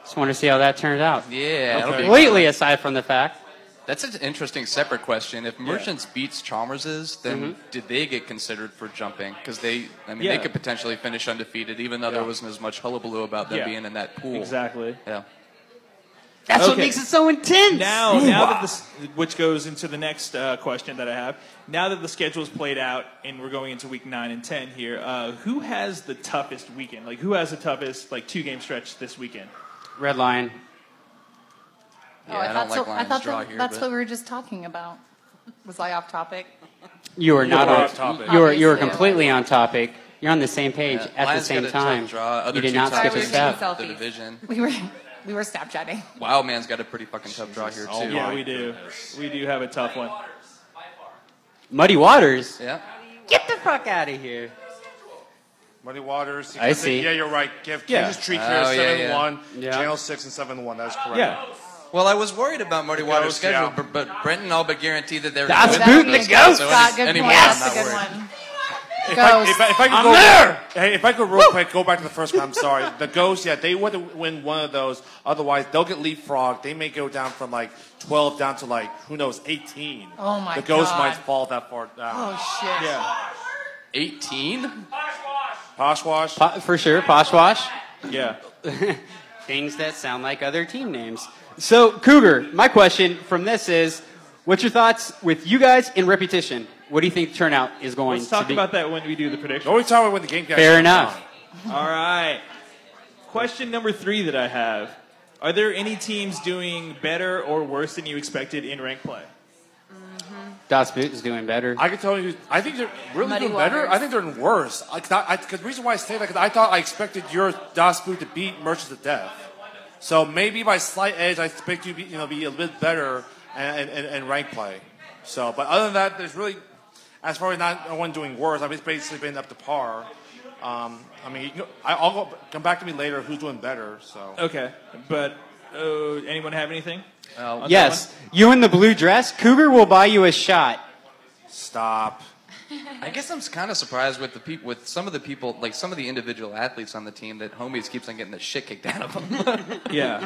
Just want to see how that turns out.
Yeah, that'll be
Completely
exciting.
aside from the fact.
That's an interesting separate question. If Merchants beats Chalmers's, then did they get considered for jumping? Because they, I mean,
Mm-hmm. Yeah.
they could potentially finish undefeated, even though there wasn't as much hullabaloo about them
Yeah.
being in that pool.
Exactly.
Yeah.
That's what makes it so intense.
Now, now that this, which goes into the next uh, question that I have. Now that the schedule's played out and we're going into week nine and ten here, uh, who has the toughest weekend? Like, who has the toughest like two game stretch this weekend?
Red Lion.
Oh, I, thought so. I thought that, that's what we were just talking about. Was I off topic?
You are
You
not
were
on
off topic.
You are you are
Obviously.
completely on topic. You're on the same page
Yeah.
at
Lions
the same
got a tough
time.
Draw. Other
you did
two
not
top
skip a
teams
step.
in The division.
We were we were Snapchatting.
Wow, man's got a pretty fucking tough draw here too.
yeah, we do. Oh We do have a tough one.
Muddy Waters.
Yeah.
Get the fuck out of here.
Muddy Waters.
I see.
Yeah, you're right. Give
Yeah.
Kansas Tree
Oh,
Care
yeah,
7
yeah.
1,
Yeah.
Channel 6 and 7 1. That's correct.
Yeah. Well, I was worried about Marty
The
Waters'
ghost,
schedule,
yeah.
but, but Brenton all but guaranteed that they're
That's
going
booting
with those
the
guys,
ghost.
so
Scott,
any-
good
anymore,
point.
I'm
That's
not
a good
worried.
one.
If I, if I, if I could
I'm
go,
there!
Hey, if I could real quick go back to the first one, I'm sorry. The Ghosts, yeah, they would win one of those. Otherwise, they'll get leapfrogged. They may go down from like 12 down to like, who knows, 18.
Oh my
The Ghosts
God.
might fall that far down.
Oh shit.
Yeah.
18?
Poshwash.
Po- for sure, Poshwash.
Yeah.
Things that sound like other team names. So, Cougar, my question from this is what's your thoughts with you guys in repetition? What do you think the turnout is going
Let's talk
to be?
about that when we do the prediction.
Only time we win the game.
guys Fair shut enough.
All right. Question number three that I have: Are there any teams doing better or worse than you expected in rank play?
Das Boot is doing better.
I can tell you, I think they're really
Muddy
doing better.
waters.
I think they're doing worse. Because I, 'cause the reason why I say that, because I thought I expected your Das Boot to beat Merchants of Death. So maybe by slight edge, I expect you to be, you know, be a bit better and, and, and rank play. So, but other than that, there's really, as far as not no one doing worse, I mean, it's basically been up to par. Um, I mean, you can, I- I'll go, come back to me later who's doing better. So
Okay, but uh, anyone have anything? on that
Yes, you in the blue dress, Cougar will buy you a shot.
Stop.
I guess I'm kind of surprised with the peop with some of the people, like some of the individual athletes on the team, that homies keeps on getting the shit kicked out of them.
Yeah.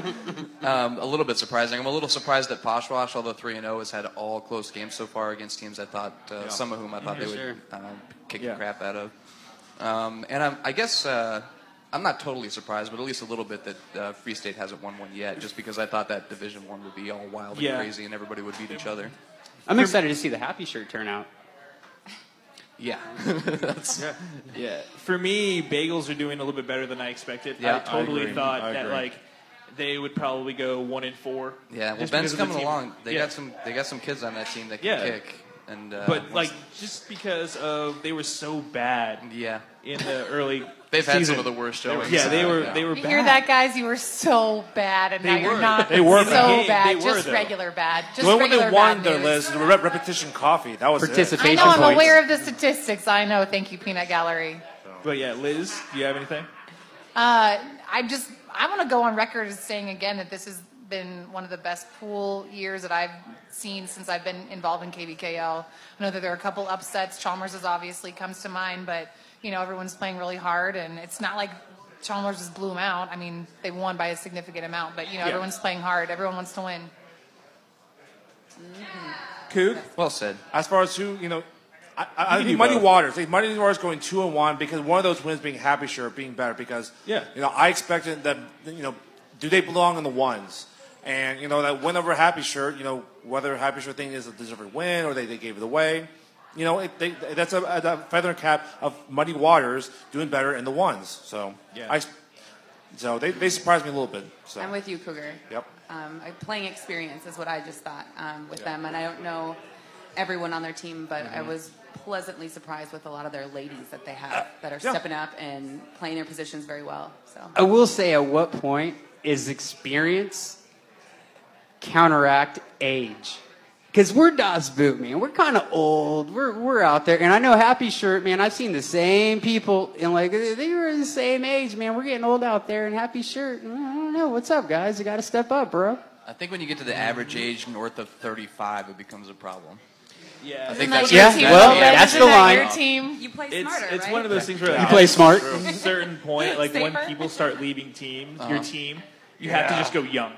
um, a little bit surprising. I'm a little surprised that Poshwash, although three and zero, has had all close games so far against teams I thought, uh,
Yeah.
some of whom I thought
Mhm.
they
For
would
sure.
uh, kick the crap out of. Um, and I'm, I guess uh, I'm not totally surprised, but at least a little bit that uh, Free State hasn't won one yet, just because I thought that Division One would be all wild and
Yeah.
crazy and everybody would beat each other.
I'm excited to see the happy shirt turnout.
Yeah. That's-
yeah. For me, bagels are doing a little bit better than I expected.
Yeah,
I
I
totally
agree.
thought
I
that
agree.
like they would probably go one and four.
Yeah, well,
just because
Ben's
of the
coming
team.
along. They
Yeah.
got some. They got some kids on that team that can
Yeah.
kick. And uh,
but
once-
like just because of they were so bad.
Yeah.
In the early.
They've had some
season.
of the worst
They were-
showings,
Yeah, they
uh,
were.
yeah.
They were
You
bad.
hear that, guys? You were so bad, and now
They
you're
were.
not.
They were
so
bad.
bad.
They were,
just
though.
regular bad. Just
the only one
regular
they won
bad
their
news.
list is the Rep- repetition coffee. That was it.
I know. I'm aware of the statistics. I know. Thank you, Peanut Gallery.
But yeah, Liz, do you have anything?
Uh, I just I want to go on record as saying again that this is been one of the best pool years that I've seen since I've been involved in KBKL. I know that there are a couple upsets. Chalmers is obviously comes to mind, but you know everyone's playing really hard, and it's not like Chalmers just blew them out. I mean, they won by a significant amount, but you know
Yeah.
everyone's playing hard. Everyone wants to win.
Coog?
Well said.
As far as who, you know, I, I, I
You
think
do
Muddy
both.
Waters. I think Muddy Waters going two and one because one of those wins being happy sure being better because
Yeah.
you know I expected them. You know, do they belong in the ones? And you know that win over happy shirt. You know whether happy shirt thing is a deserving win or they, they gave it away. You know it, they, that's a, a feather in the cap of Muddy Waters doing better in the ones. So
Yeah.
I, so they, they surprised me a little bit. So
I'm with you, Cougar.
Yep.
Um, a playing experience is what I just thought um, with
Yeah.
them, and I don't know everyone on their team, but I
Mhm.
was pleasantly surprised with a lot of their ladies that they
Uh,
have that are stepping up and playing their positions very well. So
I will say, at what point is experience counteract age? Because we're Das Boot, man. We're kind of old. We're, we're out there. And I know Happy Shirt, man. I've seen the same people, and like, they they were the same age, man. We're getting old out there, and Happy Shirt. mm, I don't know. What's up, guys? You got to step up, bro.
I think when you get to the average age north of 35, it becomes a problem.
Yeah,
I
Isn't
think
that
that's
your Yeah, team, well, Ben? that's Isn't the that line. your
team?
You play
It's,
smarter,
it's
right?
one of those things where
You
at
play
a
smart.
certain point, like when
Safer.
people start leaving team, your
Uh-huh.
team, you have to
Yeah.
just go young.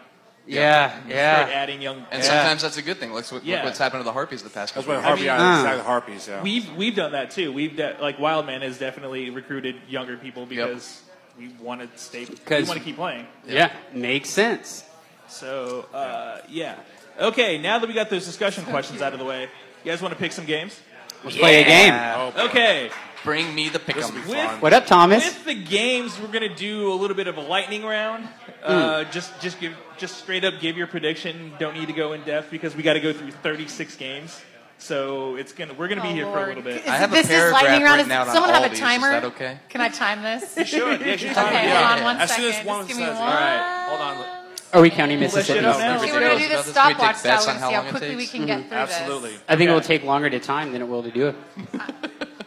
Yeah,
You
yeah.
Start adding young,
And sometimes that's a good thing. Look, look
Yeah.
what's happened to the Harpies the past.
That's
couple
what
years.
Harpy- yeah, exactly, the
Harpies. Yeah.
We've we've done that too. We've de- like Wildman has definitely recruited younger people because we want to stay. We
'Cause-
want to keep playing.
Yeah, makes sense.
So uh, yeah. Okay, now that we got those discussion questions out of the way, you guys want to pick some games?
Let's play a game.
Oh,
okay.
Bring me the pick 'em.
With-
What up, Thomas?
With the games, we're gonna do a little bit of a lightning round. Uh,
Hmm.
just, just give, just straight up give your prediction. Don't need to go in depth because we got to go through 36 games. So it's gonna, we're gonna be
Oh,
here for a
Lord.
little bit.
Is- this is lightning round. Is- someone have a timer?
Is that okay?
Can I time this?
Sure. Yeah,
okay,
you
hold
time it. Yeah.
on one
As
second.
soon as
Just
one
give me
says it.
one.
All right, hold on.
Are we counting
Well, let's
Mississippi?
shut up now.
Okay, we're gonna do this stopwatch style.
bets
We're
on
gonna
how
see how
long it
quickly we
takes?
can get through
Absolutely.
this.
I think it'll take longer to time than it will to do it.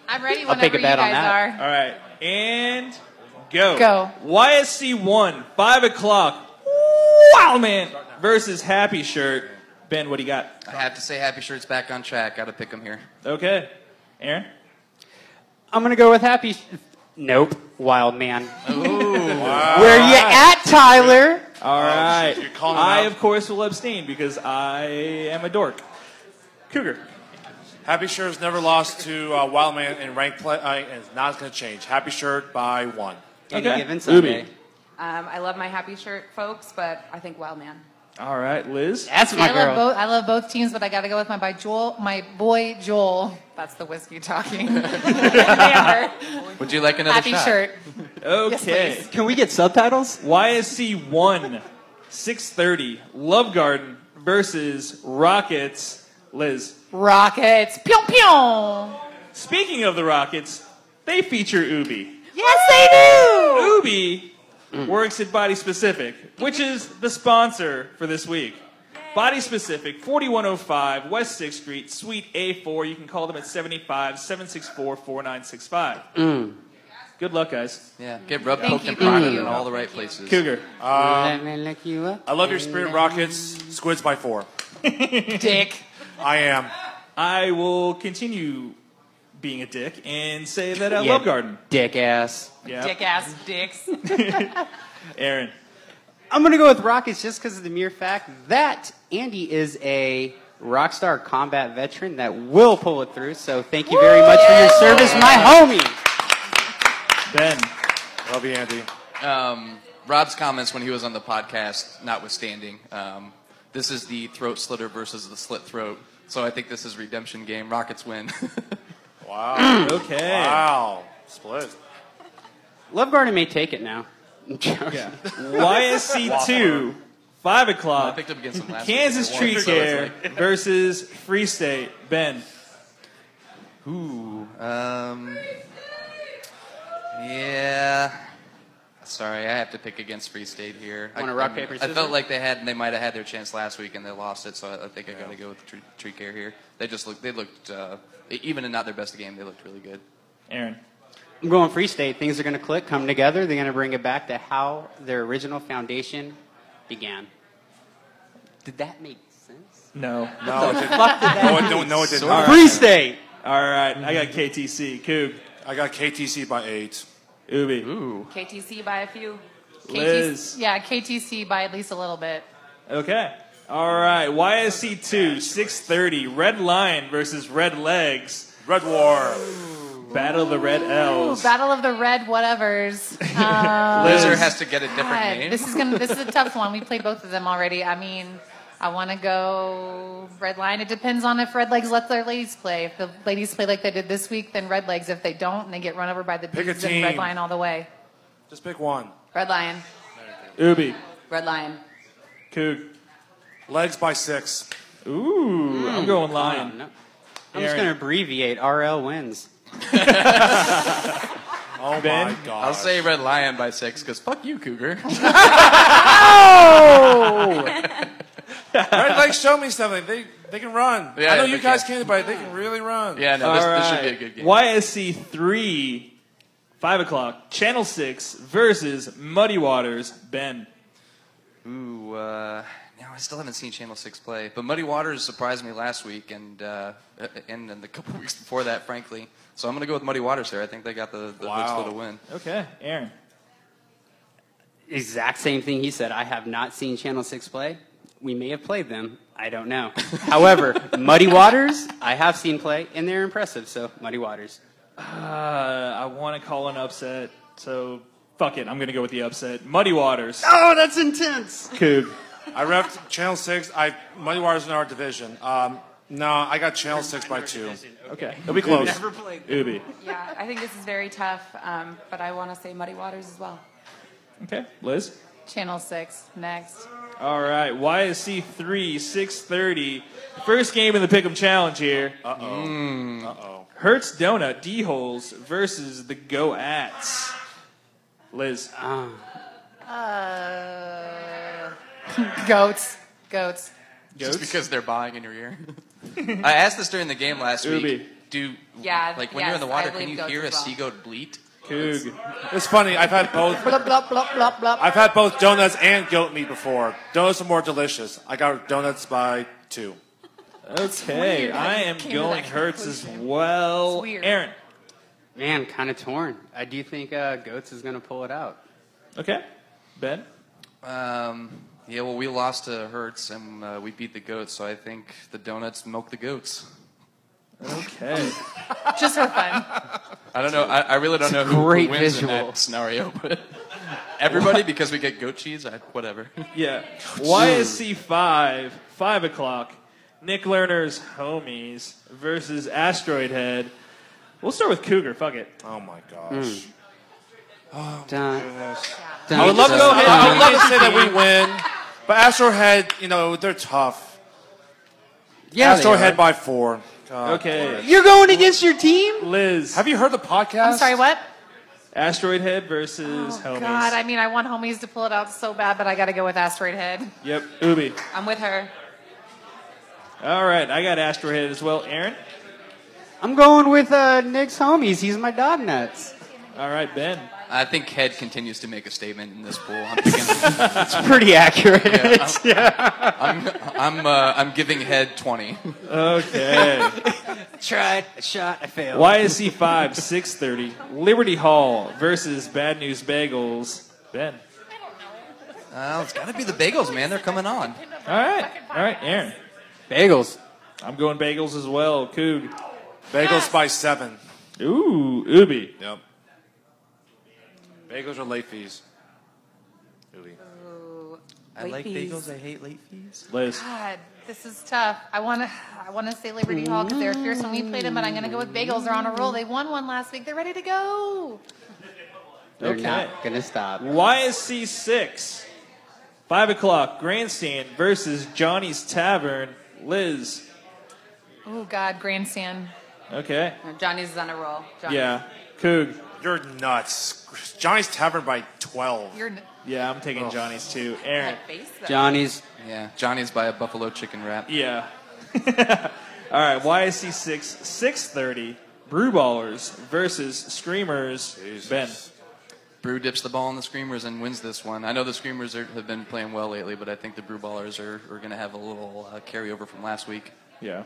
I'm ready
I'll take
whenever
a
you
bet on
guys
that.
are.
All right, and go.
Go.
YSC one, five o'clock. Wow, man versus Happy Shirt. Ben, what do you got?
I have to say, Happy Shirt's back on track. Got to pick 'em here.
Okay, Aaron.
I'm gonna go with Happy. Sh- nope, Wild Man.
Wow.
Where you at, Tyler?
All
Oh,
right.
shit, you're calling
I,
out.
of course, will abstain because I am a dork. Cougar.
Happy Shirt has never lost to uh, Wildman in ranked play, uh, and it's not going to change. Happy Shirt by one.
Any Okay. given
Sunday.
um, I love my happy shirt folks, but I think Wild Man.
All right, Liz.
That's
I love both. I love both teams, but I got to go with my by Joel, my boy Joel. That's the whiskey talking.
Would you like another
Happy
shot?
shirt.
Okay.
Can we get subtitles?
YSC 1, 630, Love Garden versus Rockets. Liz.
Rockets. Pyong pyong.
Speaking of the Rockets, they feature Ubi.
Yes, they do.
Ubi works at Body Specific, which is the sponsor for this week. Body Specific, 4105 West 6th Street, Suite A4. You can call them at 75 764 4965.
Mm.
Good luck, guys.
Yeah, get rubbed,
Thank
poked,
you,
and prodded
thank
in
you.
all the right places.
Cougar.
Um,
me look you up.
I love your spirit, Rockets. Squids by four.
dick.
I am.
I will continue being a dick and say that I
Yeah,
love Garden.
Dick ass.
Yeah.
Dick ass dicks.
Aaron.
I'm gonna go with Rockets just because of the mere fact that Andy is a Rockstar combat veteran that will pull it through. So thank you very much for your service, my homie.
Ben.
Love you, Andy.
Um, Rob's comments when he was on the podcast, notwithstanding, um, this is the throat slitter versus the slit throat. So I think this is redemption game. Rockets win.
wow.
okay.
Wow. Split.
Love Garden may take it now. I'm joking.
YSC two, five o'clock.
picked up against them last
Kansas
week.
Tree
So it's
Care
like-
versus Free State. Ben.
Ooh. Um, yeah. Sorry, I have to pick against Free State here.
Wanna
I-
rock,
I'm-
paper,
I felt
scissors?
like they had they might have had their chance last week and they lost it, so I, I think I got to go with Tree, tree Care here. They just looked they looked uh, even in not their best game, they looked really good.
Aaron.
I'm going Free State. Things are going to click, come together. They're going to bring it back to how their original foundation began. Did that make sense?
No.
No, it didn't. Fuck did that No, it don't- no, it didn't. Sorry.
Free
state.
All right. I got KTC. Coog.
I got KTC by eight.
Ubi.
Ooh.
KTC by a few.
Liz.
yeah, KTC by at least a little bit.
Okay. All right. YSC two six thirty. Red Lion versus Red Legs.
Red War.
Battle of the Red
Ooh,
Elves.
Battle of the Red Whatevers. Um,
Lizard has to get a different
God,
name.
This is gonna. This is a tough one. We played both of them already. I mean, I want to go Red Line. It depends on if Red Legs lets their ladies play. If the ladies play like they did this week, then Red Legs. If they don't, and they get run over by the
Pick a
dudes, then Red
team.
Lion all the way.
Just pick one.
Red Lion.
Ubi.
Red Lion.
Coog.
Legs by six.
Ooh,
I'm going Lion. Oh, Hmm, no. I'm just
Aaron.
going to abbreviate RL wins.
oh
Ben?
God.
I'll say Red Lion by six because fuck you, Cougar.
Oh!
Red Legs show me something. They they can run.
Yeah,
I know
yeah,
you
they
guys can't, but they can really run.
All right. YSC three, five o'clock. Channel six versus Muddy Waters. Ben.
Ooh, uh, now I still haven't seen Channel Six play, but Muddy Waters surprised me last week, and uh, and, and the couple weeks before that, frankly. So I'm gonna go with Muddy Waters here. I think they got the, the
Wow.
chutzpah to win.
Okay, Aaron.
Exact same thing he said. I have not seen Channel 6 play. We may have played them. I don't know. However, Muddy Waters, I have seen play, and they're impressive. So, Muddy Waters.
Uh, I want to call an upset, so fuck it. I'm going to go with the upset. Muddy Waters.
Oh, that's intense.
Coog.
I repped Channel Six. I Muddy Waters in our division. Um, no, I got Channel Six by two.
Okay,
it'll be close.
Never played.
Ubi.
Yeah, I think this is very tough, um, but I want to say Muddy Waters as well.
Okay, Liz.
Channel six next.
All right, YSC three six thirty. First game in the Pick'em Challenge here. Uh oh. Uh oh. Hertz Donut D holes versus the Go Ats. Liz.
Uh, goats. Goats.
Just because they're buying in your ear. I asked this during the game last
Ubi.
week. Do
Yeah,
like when
yes,
you're in the
I
water,
believe
can you
goats
hear a
as well.
seagoat bleat?
Coog. It's funny. I've had both.
Blup blup blup blup blup.
I've had both donuts and goat meat before. Donuts are more delicious. I got donuts by two.
Okay,
weird.
I am
Came to
going
that
Hertz as well. Aaron.
Man, kind of torn. I do think uh, Goats is going to pull it out.
Okay. Ben.
Um, yeah, well, we lost to Hertz and uh, we beat the goats, so I think the donuts milk the goats.
Okay.
Just for fun.
I don't know. I, I really don't
It's
know
a
who, who
great
wins in
visual.
that scenario, but everybody because we get goat cheese. I, whatever.
Yeah. YSC five, five o'clock. Nick Lerner's homies versus Asteroid Head. We'll start with Cougar. Fuck it.
Oh my gosh. Uh,
Oh, goodness.
I would love to go ahead. I would love to say that we win, but Astro Head, you know, they're tough.
Yeah,
Astro
they are.
Head by four. God.
Okay.
You're going against your team?
Liz.
Uh, Have you heard the podcast?
I'm sorry. What?
Asteroid Head versus
Oh,
homies.
God, I mean, I want homies to pull it out so bad, but I got to go with Asteroid Head.
yep. Ubi.
I'm with her.
All right. I got Asteroid Head as well. Aaron.
I'm going with uh, Nick's homies. He's my dog nuts.
All right, Ben.
I think Head continues to make a statement in this pool. I'm picking,
It's pretty accurate.
Yeah, I'm-
Yeah.
I'm I'm, uh, I'm giving Head twenty.
Okay.
Tried, I shot, I failed.
YSC five, six thirty. Liberty Hall versus Bad News Bagels. Ben.
Uh, it's got to be the bagels, man. They're coming on.
All right. All right, Aaron.
Bagels.
I'm going bagels as well. Coog.
Bagels by seven.
Ooh, Ubi.
Yep. Bagels are late fees. Really.
I like bagels. I hate late fees.
Liz.
God, this is tough. I want to, I want to say Liberty Hall because they were fierce when we played them, but I'm going to go with Bagels. They're on a roll. They won one last week. They're ready to go.
They're
Okay.
not going to stop.
YSC six, five o'clock. Grandstand versus Johnny's Tavern. Liz.
Oh God, Grandstand.
Okay.
Johnny's is on a roll. Johnny's.
Yeah. Coog.
You're nuts. Johnny's Tavern by twelve.
You're
Yeah, I'm taking Johnny's too. Aaron.
Johnny's.
Yeah, Johnny's by a buffalo chicken wrap.
Yeah. All right. YSC six, six thirty. Brewballers versus Screamers. Ben.
Brew dips the ball in the Screamers and wins this one. I know the Screamers are, have been playing well lately, but I think the Brew Ballers are, are going to have a little uh, carryover from last week.
Yeah.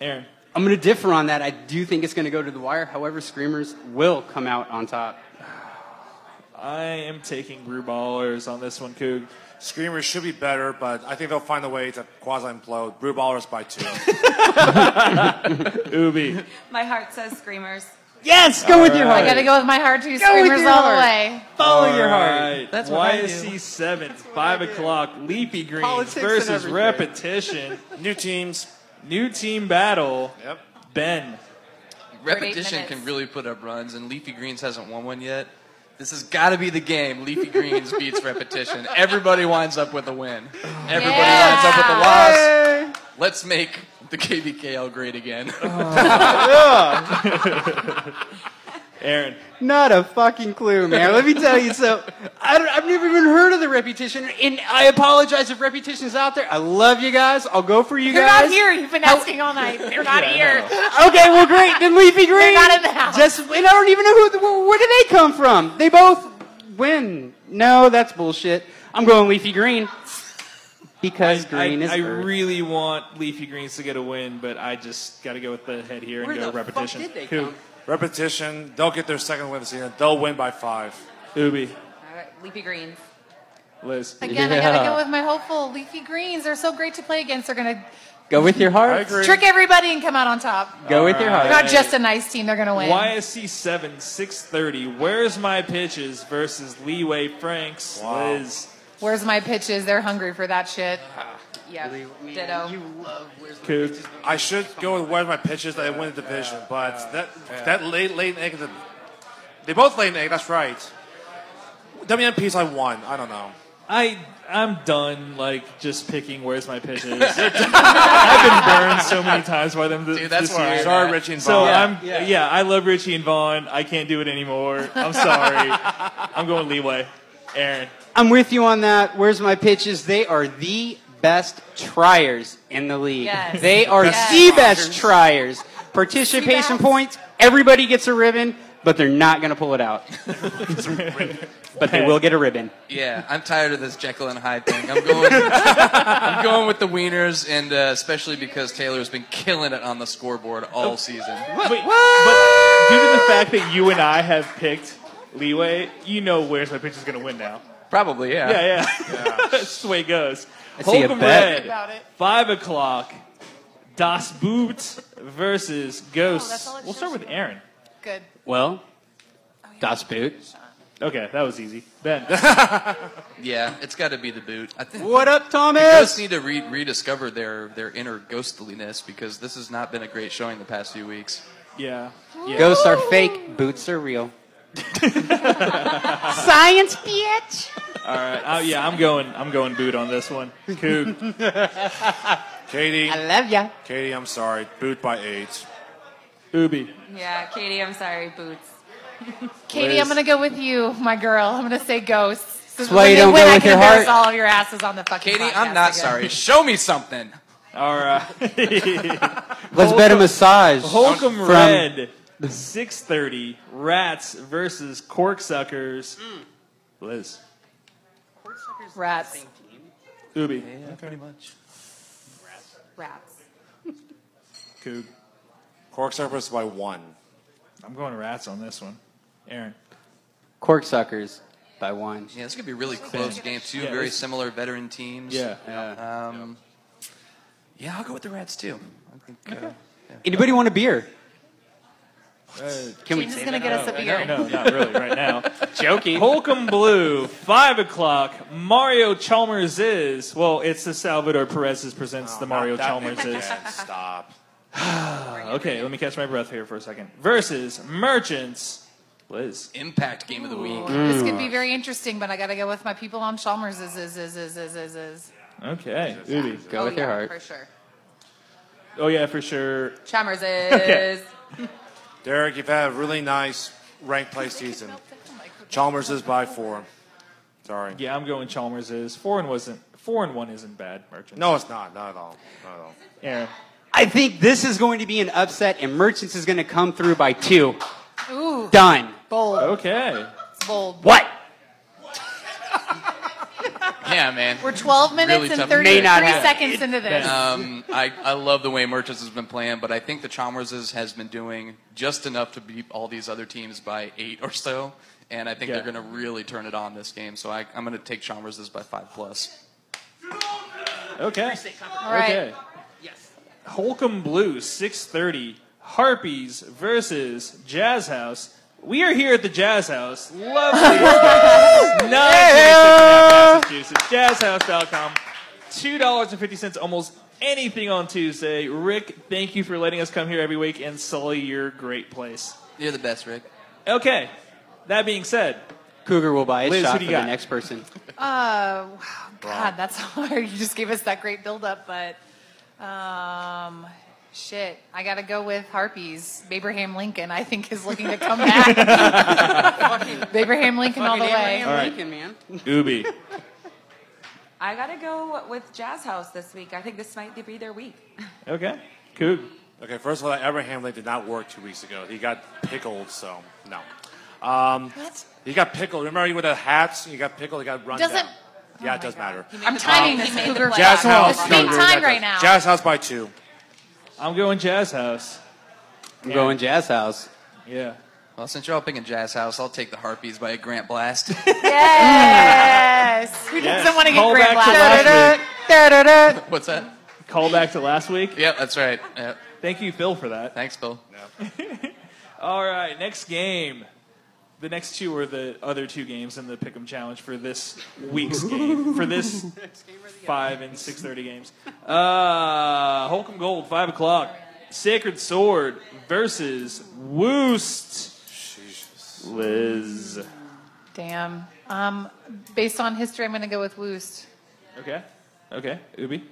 Aaron.
I'm going to differ on that. I do think it's going to go to the wire. However, Screamers will come out on top.
I am taking Brew Ballers on this one, Coog.
Screamers should be better, but I think they'll find a way to quasi implode. Brew Ballers by two.
Ubi.
My heart says screamers.
Yes, go with your
I gotta go with my heart too.
Go with
Screamers
your
all
heart.
the way.
Follow
your heart.
That's
That's
why
what I
YSC
do.
seventh, five o'clock, Leapy Greens
Politics and
versus
everything.
repetition.
New teams.
New team battle.
Yep.
Ben.
eight
Repetition
minutes.
can really put up runs, and Leafy Greens hasn't won one yet. This has got to be the game. Leafy Greens beats repetition. Everybody winds up with a win. Everybody winds up with a loss. Let's make the KBKL great again.
Oh. Aaron.
Not a fucking clue, man. Let me tell you. So I don't, I've never even heard of the Reputation, and I apologize if Reputation's out there. I love you guys. I'll go for you
They're
guys.
not here. You've been asking all night. They're not here.
Okay, well, great. Then Leafy Green.
not in the house.
Just, and I don't even know who. the- Where, where do they come from? They both win. No, that's bullshit. I'm going Leafy Green because green
I,
is.
I
earth.
really want Leafy Greens to get a win, but I just got to go with the head here and
Where
go
the fuck
repetition.
did they
Coog.
Repetition. They'll get their second win this season. They'll win by five.
Ubi.
All right, leafy greens.
Liz.
Again, I gotta go with my hopeful leafy greens. They're so great to play against. They're gonna
Go with your heart.
trick everybody and come out on top.
Go with your
They're
heart.
not just a nice team. They're gonna win.
YSC seven six thirty. Where's my pitches versus Leeway Franks?
Wow.
Liz.
Where's my pitches? They're hungry for that shit.
Yeah, ditto.
Coog.
I should go with one of my pitches that I win the division, but that that late late egg. The, they both laid an egg. That's right. WMPs I won. I don't know.
I I'm done like just picking where's my pitches. I've been burned so many times by them th-
Dude, that's
this
where I
year.
am
Sorry, Richie and
So
Bob.
I'm yeah. I love Richie and Vaughn. I can't do it anymore. I'm sorry. I'm going Leeway. Aaron.
I'm with you on that. Where's my pitches? They are the best triers in the league.
Yes.
They are
Yes.
the best triers. Participation
Congrats.
points. Everybody gets a ribbon, but they're not going to pull it out. but they will get a ribbon.
Yeah, I'm tired of this Jekyll and Hyde thing. I'm going, I'm going with the Wieners, and uh, especially because Taylor has been killing it on the scoreboard all season.
Wait, but due to the fact that you and I have picked Leeway, you know where's my pitches gonna win now.
Probably, yeah.
Yeah, yeah. That's the way it goes.
I see a
Holcomb
bet.
Red,
About it.
five o'clock. Das Boot versus Ghosts.
Oh, that's all it
we'll
shows
start with Aaron.
Good.
Well, Das Boot.
Okay, that was easy. Ben.
Yeah, it's got to be the boot. I think
What up,
Ghosts
Thomas?
need to re- rediscover their, their inner ghostliness because this has not been a great showing the past few weeks.
yeah.
Ghosts are fake. Boots are real. Science, bitch.
All right. Oh, yeah, I'm going. I'm going boot on this one. Coog.
Katie,
I love ya.
Katie, I'm sorry. Boot by eight.
Ubi.
Yeah, Katie, I'm sorry, boots.
Katie,
Liz.
I'm gonna go with you, my girl. I'm gonna say ghosts. This is
why
when
you
they
don't
win,
go
I
with
can
your
embarrass
heart.
all of your asses on the fucking.
Katie,
podcast
I'm not
again.
sorry. Show me something.
All right.
Let's bet a massage.
Holcomb
from-
Red. 6:30. Rats versus Corksuckers. Liz.
Rats.
Ubi.
Pretty much.
Rats.
Coog.
Corksuckers by one.
I'm going rats on this one. Aaron.
Corksuckers by one.
Yeah, it's going to be a really close game. Two
Yeah,
very
it's-
similar veteran teams.
Yeah.
Um, yeah, I'll go with the Rats too. I think, uh,
Anybody want a beer? Can we
Uh, James is gonna get us a beer.
No, not really right now.
joking?
Holcomb Blue, 5 o'clock. Mario Chalmers is. Well, it's the Salvador Perez's presents the Mario
That
Chalmers
makes
is. Uh,
sense. Stop.
Okay, let me catch my breath here for a second. Versus Merchants. Liz.
impact game of the week.
Mm.
This could be very interesting, but I gotta go with my people on Chalmers. Is is is is is is. is.
Okay. Ubi.
Go with
yeah,
your heart.
for sure.
Oh, yeah, for sure.
Chalmers is.
Derek, you've had a really nice ranked play season. Chalmers is by four. Sorry.
Yeah, I'm going Chalmers is. Four and wasn't four and one isn't bad, Merchants.
No, it's not. Not at all. Not at all.
Aaron.
I think this is going to be an upset, and Merchants is going to come through by two.
Ooh,
Done.
bold.
Okay.
bold.
What?
Yeah, man.
We're 12 minutes
Really
and
tough
33
shit.
seconds into this.
Um, I, I love the way Merchants has been playing, but I think the Chalmerses has been doing just enough to beat all these other teams by eight or so, and I think
Yeah.
they're going to really turn it on this game. So I, I'm going to take Chalmerses by five plus.
Okay.
All right.
Okay. Holcomb Blue, 630. Harpies versus Jazz House. We are here at the Jazz House. Lovely. Massachusetts. Not Massachusetts. Jazzhouse.com. $2.50, almost anything on Tuesday. Rick, thank you for letting us come here every week and sully your great place.
You're the best, Rick.
Okay. That being said,
Cougar will buy a
Liz, who
shot
do
for
you
the
got?
next person.
Uh, wow, God, that's hard. You just gave us that great buildup, but um, shit, I gotta go with Harpies. Abraham Lincoln, I think, is looking to come back. Abraham Lincoln all the
Fucking
way.
Abraham All right. Lincoln, man.
Ubi.
I gotta go with Jazz House this week. I think this might be their week.
Okay. Cool.
Okay, first of all, Abraham Lincoln did not work two weeks ago. He got pickled, so no. Um,
what?
He got pickled. Remember, he with the hats. He got pickled. He got run
Doesn't-
down. Yeah, it does matter.
I'm timing this
made the
Cougar.
playoffs. Jazz House.
It's being
Cougar, that
timed right
does-
now.
Jazz House by two.
I'm going Jazz House.
I'm going Jazz House.
Yeah.
Well, since you're all picking Jazz House, I'll take the Harpies by a Grant Blast.
Yes. Who
Yes.
doesn't want to get
Call
Grant
back to
Black?
What's that?
Call back to last week?
Yeah, that's right. Yep.
Thank you, Phil, for that.
Thanks, Phil.
All right, next game. The next two are the other two games in the Pick'em Challenge for this week's game. For this five and six thirty games. Uh, Holcomb Gold, five o'clock. Sacred Sword versus Woost. Liz.
Damn. Um, based on history, I'm gonna go with Woost.
Okay. Okay. Ubi.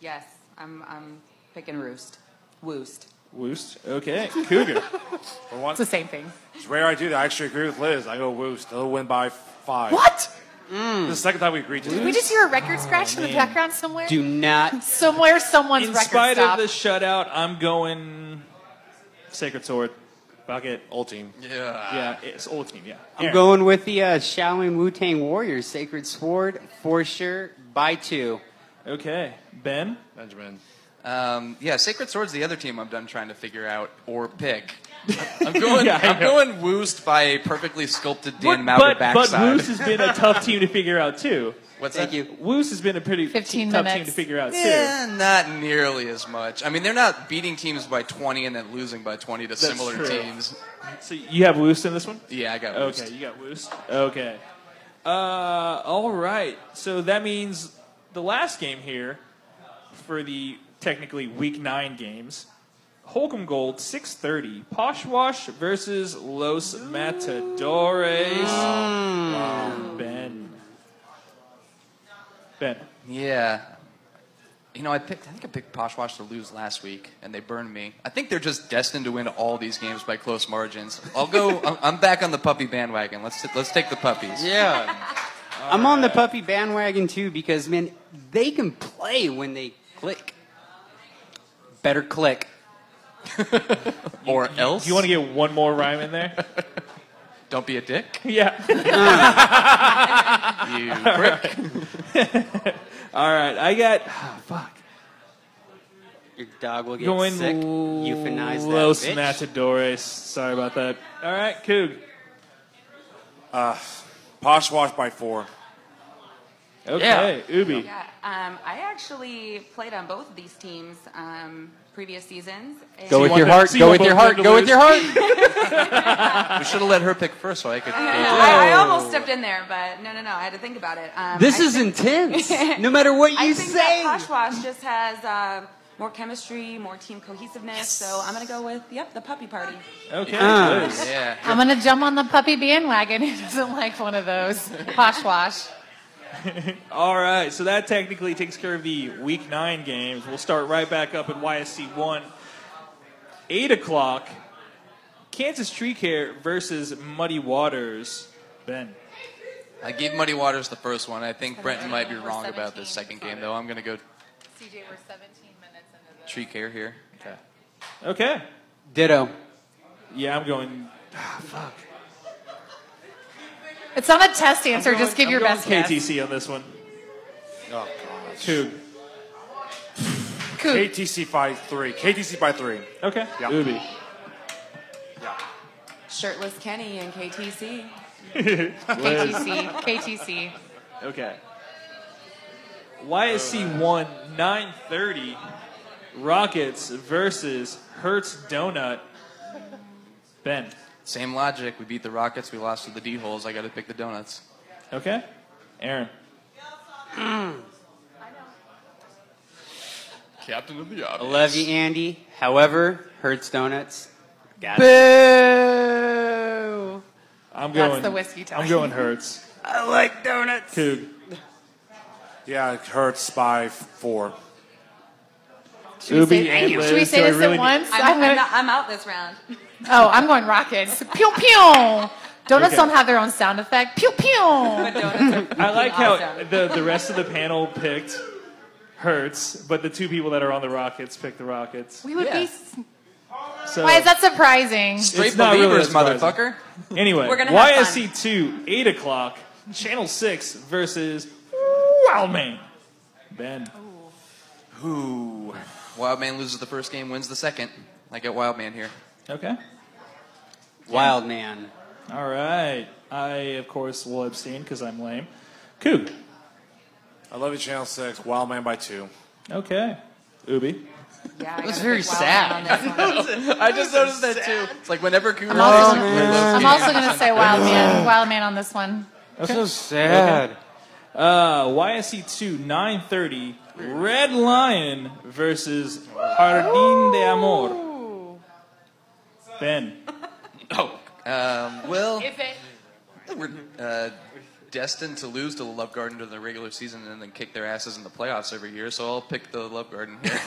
Yes, I'm, I'm picking Roost. Woost.
Woost. Okay. Cougar.
For once,
it's the same thing.
It's rare I do that. I actually agree with Liz. I go Woost. They'll win by five.
What?
This is the second time we agreed to
Did we
this.
just hear a record scratch in the
man.
background somewhere?
Do not.
Somewhere, someone's
In
record
spite
stopped.
of the shutout, I'm going Sacred Sword. Bucket.
Old team.
Yeah.
Yeah, it's old team, yeah.
I'm
Aaron.
going with the uh, Shaolin Wu Tang Warriors, Sacred Sword, for sure, by two.
Okay. Ben?
Benjamin.
Um, yeah, Sacred Sword's the other team I'm done trying to figure out or pick. I'm going.
Yeah, I
I'm
know.
going Woost by a perfectly sculpted Dan
But-
Mauer
but, but
backside.
Woos has been a tough team to figure out too.
What's Thank that? you.
Woos has been a pretty
15
tough team
minutes.
to figure out too.
Yeah, not nearly as much. I mean, they're not beating teams by 20 and then losing by 20 to
That's
similar
true.
teams.
So you have Woos in this one?
Yeah, I got Woost.
Okay, you got Woos. Okay. Uh, all right. So that means the last game here for the technically week nine games. Holcomb Gold, 630. Poshwash versus Los Matadores. Ben. Ben.
Yeah. You know, I picked. I think I picked Poshwash to lose last week, and they burned me. I think they're just destined to win all these games by close margins. I'll go. I'm- I'm back on the puppy bandwagon. Let's let's take the puppies.
Yeah. I'm on the puppy bandwagon too because, man, they can play when they click. Better click.
or else.
Do you want to get one more rhyme in there?
Don't be a dick.
yeah.
You
prick. All right, I got. ah, fuck.
Your dog will get
Going
sick. Euthanize that
Los
bitch.
Matadores. Sorry about that. All right, Coog.
Uh, Poshwash by four.
Okay, Ubi.
Yeah, um, I actually played on both of these teams um, previous seasons. and-
Go with your heart.
so you
Go
want
with your
both
heart.
of them
Go
to
with your heart.
we should have let her pick first, so I could.
I, I
Oh.
almost stepped in there, but no, no, no. I had to think about it. Um,
This
I
is
think-
intense. No matter what
I
you
think
say.
that Poshwash just has uh, more chemistry, more team cohesiveness. So I'm gonna go with yep, the puppy party.
Okay.
Uh.
Ah.
good.
Yeah.
I'm gonna jump on the puppy bandwagon. Who doesn't like one of those? Poshwash.
All right, so that technically takes care of the week nine games. We'll start right back up at YSC one. Eight o'clock. Kansas Tree Care versus Muddy Waters. Ben.
I gave Muddy Waters the first one. I think Brenton might be wrong about this second game, though. I'm going to go
CJ, we're 17 minutes into this.
tree care here. Okay.
Okay.
Ditto.
Yeah, I'm going. ah, fuck.
It's not a test answer. just give
I'm
your
going
best guess.
KTC on this one.
Oh,
Two.
Coop.
KTC by three. KTC by three.
Okay.
Yeah.
Ubi.
Shirtless Kenny and KTC.
KTC. KTC.
Okay. YSC one nine thirty. Rockets versus Hertz Donut. Ben.
Same logic. We beat the Rockets. We lost to the D holes. I got to pick the donuts.
Okay. Aaron.
Mm.
Captain of the
I
obvious.
love you, Andy. However, Hertz Donuts. Got
Boo!
I'm
That's going- the whiskey time. I'm going
Hertz.
I like donuts.
Coog.
Yeah, it hurts by four.
Should we Ubi say- and should we Liz, say do I this at really need- once?
I'm,
I'm
I'm,
gonna-
not- I'm out this round.
Oh, I'm going rockets. Pew pew. Donuts
Okay.
don't have their own sound effect. Pew pew.
I like how the, the rest of the panel picked Hertz, but the two people that are on the Rockets picked the Rockets.
we would be.
So-
Why is that surprising?
It's not really
believers,
surprising.
motherfucker.
Anyway,
We're gonna have
YSC two eight o'clock, Channel six versus Wildman. Ben,
Who? Wildman loses the first game, wins the second. I get Wildman here.
okay,
Wild man.
all right. I of course will abstain because I'm lame. Coop.
I love you, Channel Six. Wild Man by two.
Okay, Ubi.
Yeah,
That's very sad.
I just noticed that too. It's like whenever Cooper
I'm
Oh,
also, I'm also going to say wild man. Wild man on this one.
So sad.
Okay. Uh, YSC two nine thirty. Red Lion versus Jardín de Amor. Ben.
Oh, um, well,
If it,
we're uh, destined to lose to the Love Garden during the regular season and then kick their asses in the playoffs every year, so I'll pick the Love Garden here.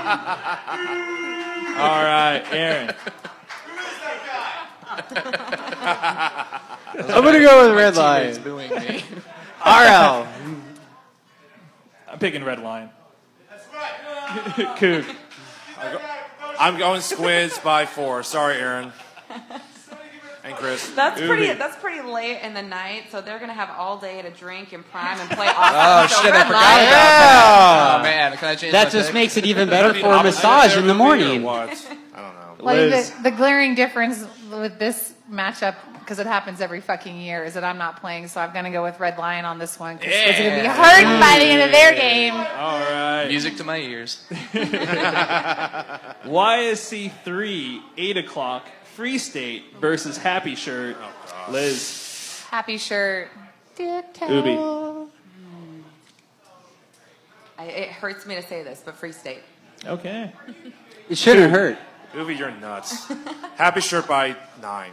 All right, Aaron.
I'm gonna go with Red Lion.
booing me.
RL.
I'm picking Red Lion. That's right. Coop.
I'm going Squids by four. Sorry, Aaron. And Chris.
That's pretty.
Ubi.
That's pretty late in the night, so they're gonna have all day to drink and prime and play awesome.
Oh,
So
shit, I
Red
forgot
Lion-
about that. Oh, man, can I change my
That just
pick?
makes it even better
The
for a
opposite
massage in the
therapy or
morning.
what?
well, the, the glaring difference with this matchup, because it happens every fucking year, is that I'm not playing, so I'm going to go with Red Lion on this one. Because it's going to be
Yeah.
hurt
Mm.
by the end of their game.
All right.
Music to my ears.
YSC E three eight o'clock. Free State versus Happy Shirt.
Oh,
Liz.
Happy shirt.
Ubi.
I, it hurts me to say this, but Free State.
Okay.
It shouldn't hurt.
Ubi, you're nuts. Happy shirt by nine.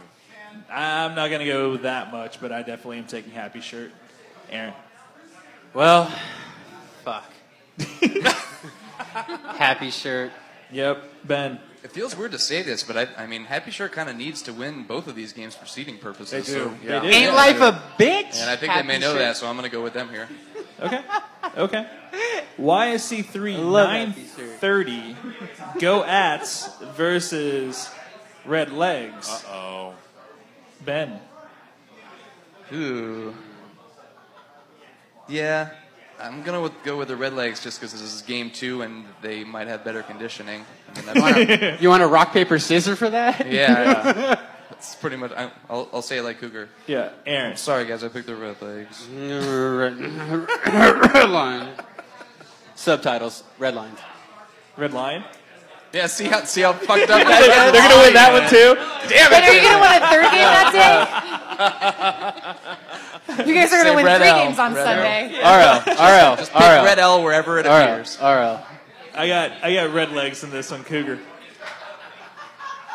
I'm not gonna go that much, but I definitely am taking Happy Shirt. Aaron.
Well, fuck. Happy shirt.
Yep. Ben.
It feels weird to say this, but I, I mean, Happy Shirt kind of needs to win both of these games for seeding purposes.
They do.
So,
They Yeah. do.
Ain't life a bitch?
And I think
Happy
they may know
Shirt.
that, so I'm going to go with them here.
Okay. Okay. YSC three
love
nine
Happy Shirt.
thirty. Go Ats versus Red Legs.
Uh oh.
Ben.
Ooh. Yeah, I'm gonna with, go with the Red Legs just because this is game two and they might have better conditioning. I mean, that's-
You want a rock paper scissor for that?
yeah, yeah. that's pretty much. I, I'll, I'll say it like Cougar.
Yeah. Aaron.
Sorry guys, I picked the Red Legs.
Red line. Subtitles. Red lines.
Red Lion.
Yeah, see how see how fucked up that
They're gonna win that one too.
is. Damn
But are you
it!
going to win a third game that day? you guys are
Say
going to win
Red
three
L,
games on
Red L.
Sunday.
RL. RL.
Just pick
RL.
Red L wherever it appears.
RL. RL.
I got I got Red Legs in this one. Cougar.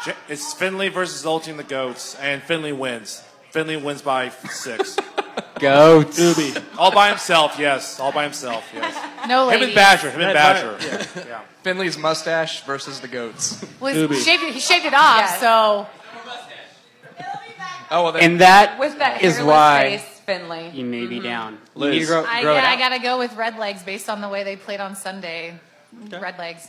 J- It's Finley versus Zoltan the Goats, and Finley wins. Finley wins by six.
Goats.
Ubi.
all by himself, yes. All by himself, yes.
No
Him and
ladies.
Badger. Him and
That's
Badger.
Finley's mustache versus the goats.
Was
Ubi.
shaved, he shaved it off,
Yes.
so
Oh well, then,
And that
With that
is
hairless
why
face, Finley.
you may
Mm-hmm.
be down. You
Liz.
need to grow,
I,
grow it
yeah, I
out.
got to go with red legs based on the way they played on Sunday. Red legs.